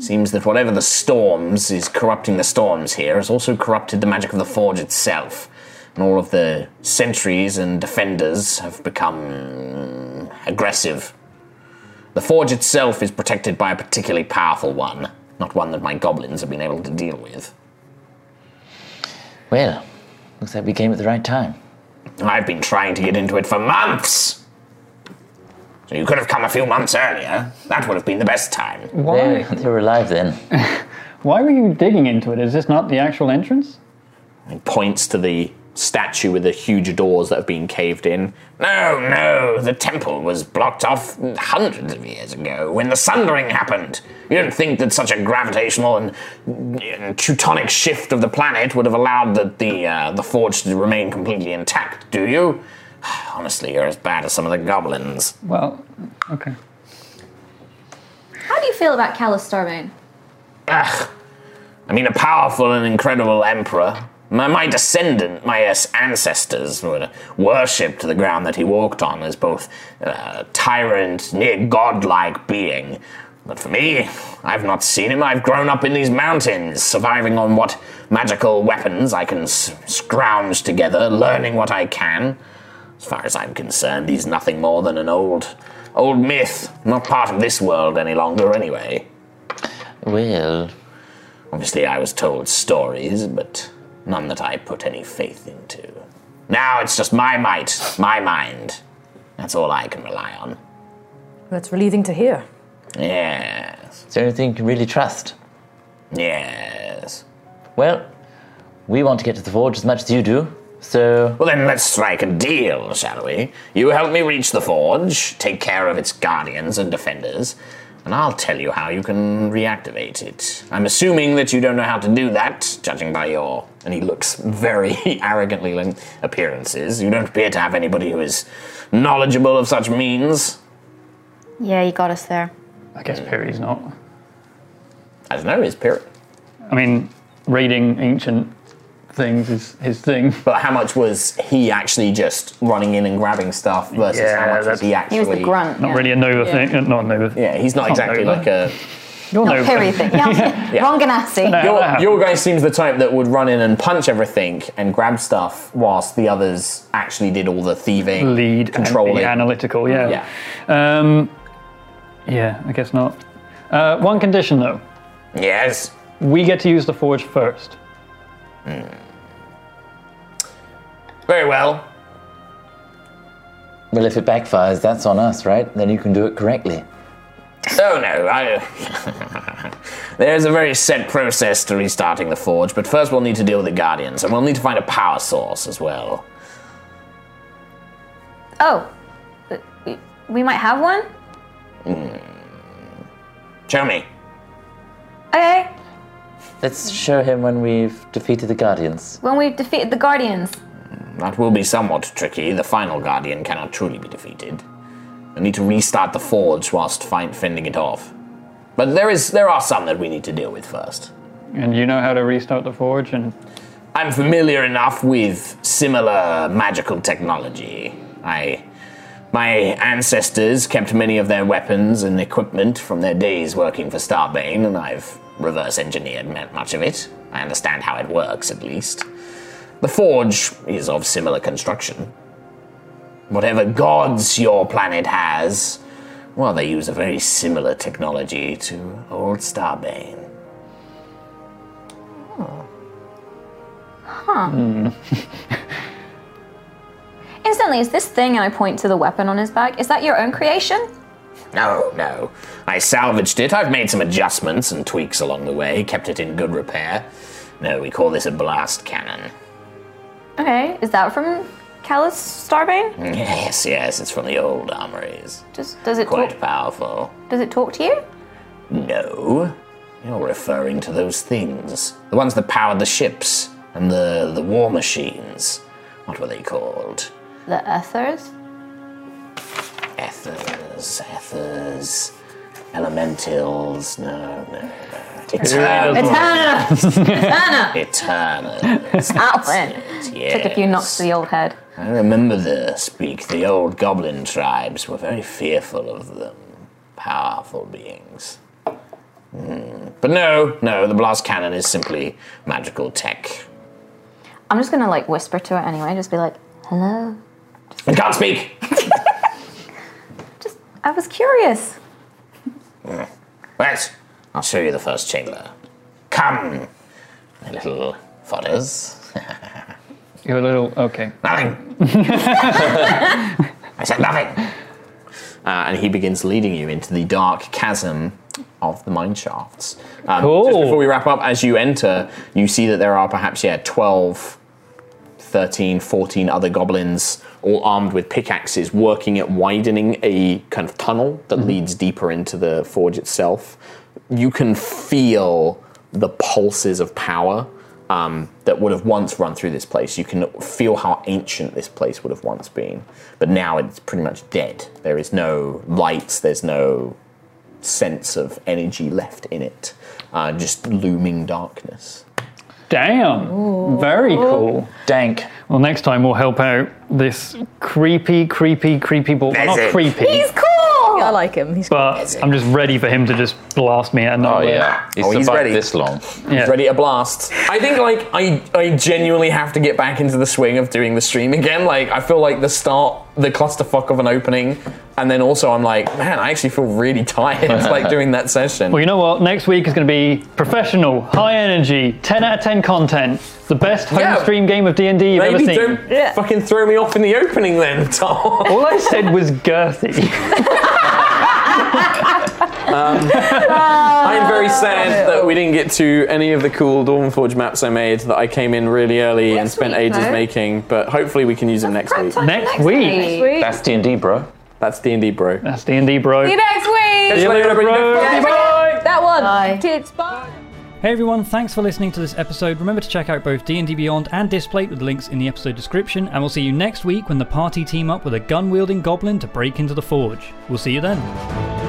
S11: Seems that whatever the storms is corrupting the storms here has also corrupted the magic of the forge itself. And all of the sentries and defenders have become aggressive. The forge itself is protected by a particularly powerful one, not one that my goblins have been able to deal with.
S2: Well, looks like we came at the right time.
S11: I've been trying to get into it for months! So you could have come a few months earlier. That would have been the best time.
S2: Why? *laughs* They, they were alive then.
S7: *laughs* Why were you digging into it? Is this not the actual entrance?
S6: He points to the statue with the huge doors that have been caved in.
S11: No, no, the temple was blocked off hundreds of years ago when the sundering happened. You don't think that such a gravitational and, and Teutonic shift of the planet would have allowed the, the, uh, the forge to remain completely intact, do you? *sighs* Honestly, you're as bad as some of the goblins.
S7: Well, okay.
S10: How do you feel about Callus Starbane?
S11: Ugh. I mean, a powerful and incredible emperor. My, my descendant, my as- ancestors, would worshipped the ground that he walked on as both uh, tyrant, near godlike being. But for me, I've not seen him. I've grown up in these mountains, surviving on what magical weapons I can s- scrounge together, learning what I can. As far as I'm concerned, he's nothing more than an old, old myth. Not part of this world any longer, anyway.
S2: Well,
S11: Obviously, I was told stories, but none that I put any faith into. Now it's just my might, my mind. That's all I can rely on.
S9: That's relieving to hear.
S11: Yes.
S2: Is there anything you can really trust?
S11: Yes.
S2: Well, we want to get to the forge as much as you do, so.
S11: Well, then let's strike a deal, shall we? You help me reach the forge, take care of its guardians and defenders, and I'll tell you how you can reactivate it. I'm assuming that you don't know how to do that, judging by your. And he looks very *laughs* arrogantly like appearances. You don't appear to have anybody who is knowledgeable of such means.
S14: Yeah, you got us there.
S7: I guess Piri's not.
S11: I don't know, is Piri?
S7: I mean, reading ancient things is his thing.
S6: But how much was he actually just running in and grabbing stuff versus how much was he actually?
S10: He was the grunt.
S7: Not
S10: yeah.
S7: really a Nova thing. uh, Not a Nova.
S6: Yeah, he's not exactly like a.
S7: You're
S10: Not
S7: Nova.
S10: Perry thing.
S7: *laughs*
S10: Yeah.
S6: *laughs* Yeah.
S10: Wrong Ganassi.
S6: Your, your guy seems the type that would run in and punch everything and grab stuff, whilst the others actually did all the thieving,
S7: lead, and
S6: controlling,
S7: be analytical. Yeah. Yeah. Um, yeah. I guess not. Uh, one condition though.
S11: Yes.
S7: We get to use the forge first.
S11: Very well.
S2: Well, if it backfires, that's on us, right? Then you can do it correctly.
S11: Oh no, *laughs* I. There's a very set process to restarting the forge, but first we'll need to deal with the Guardians, and we'll need to find a power source as well.
S10: Oh, but we- we might have one.
S11: Hmm. Show me.
S10: Okay,
S2: Let's show him when we've defeated the Guardians.
S10: when we've defeated the Guardians.
S11: That will be somewhat tricky. The final Guardian cannot truly be defeated. We need to restart the forge whilst find, fending it off. But there is there are some that we need to deal with first.
S7: And you know how to restart the forge, and
S11: I'm familiar enough with similar magical technology. I my ancestors kept many of their weapons and equipment from their days working for Starbane, and I've reverse engineered ma- much of it. I understand how it works, at least. The forge is of similar construction. Whatever gods your planet has, well, they use a very similar technology to old Starbane.
S10: Huh. *laughs* Instantly, is this thing, and I point to the weapon on his back, is that your own creation?
S11: No, no. I salvaged it. I've made some adjustments and tweaks along the way, kept it in good repair. No, we call this a blast cannon. *laughs*
S10: Okay, is that from Callus Starbane?
S11: Yes, yes, it's from the old armories.
S10: Just does it
S11: Quite
S10: talk?
S11: powerful.
S10: Does it talk to you?
S11: No, you're referring to those things. The ones that powered the ships and the, the war machines. What were they called?
S10: The Ethers.
S11: Ethers, ethers, elementals. No, no, no.
S10: Eterna. Eterna.
S11: *laughs* Eternals.
S10: Ow. Took a few knocks to the old head.
S11: I remember the speak. The old goblin tribes were very fearful of them. Powerful beings. Hmm. But no, no, the blast cannon is simply magical tech.
S10: I'm just gonna like whisper to it anyway, just be like, hello.
S11: It can't speak!
S10: I was curious.
S11: Hmm. Wait, I'll show you the first chamber. Come, my little fodders. *laughs*
S7: You're a little okay.
S11: Nothing.
S6: *laughs* I said nothing. Uh, and he begins leading you into the dark chasm of the mine shafts. Um, Just before we wrap up, as you enter, you see that there are perhaps, yeah, 12, 13, 14 other goblins, all armed with pickaxes, working at widening a kind of tunnel that leads deeper into the forge itself. You can feel the pulses of power um, that would have once run through this place. You can feel how ancient this place would have once been, but now it's pretty much dead. There is no lights, there's no sense of energy left in it, uh, just looming darkness.
S7: Damn. Very cool.
S2: Dank.
S7: Well, next time we'll help out this creepy, creepy, creepy ball. well, Not
S15: Bezek.
S7: creepy.
S15: He's cool. I like him. He's
S7: but I'm just ready for him to just blast me at
S6: Oh,
S7: nowhere.
S6: yeah. He's Oh, he's survived ready. this
S2: long.
S6: He's ready to blast. I think like I I genuinely have to get back into the swing of doing the stream again. Like I feel like the start, the clusterfuck of an opening, and then also I'm like, man, I actually feel really *laughs* tired like doing that session.
S7: Well, you know what? Next week is going to be professional, high energy, 10 out of 10 content, the best home
S6: Yeah.
S7: stream game of D&D you've ever
S6: Maybe
S7: seen.
S6: don't fucking throw me off in the opening then, *laughs* Tom. All
S7: I said was girthy.
S6: *laughs* Um, I'm very sad that we didn't get to any of the cool Dawnforge maps I made that I came in really early and spent
S7: week,
S6: ages
S7: though.
S6: making, but hopefully we can use them next week.
S7: for Next next week. week. Next week. That's
S6: D&D, bro. That's D&D, bro.
S7: That's D&D, bro.
S4: See you next week.
S7: See you later, bro. Bye.
S4: That one. Tits. Bye.
S1: Hey everyone, thanks for listening to this episode. Remember to check out both D&D Beyond and Displate with links in the episode description, and we'll see you next week when the party team up with a gun-wielding goblin to break into the forge. We'll see you then.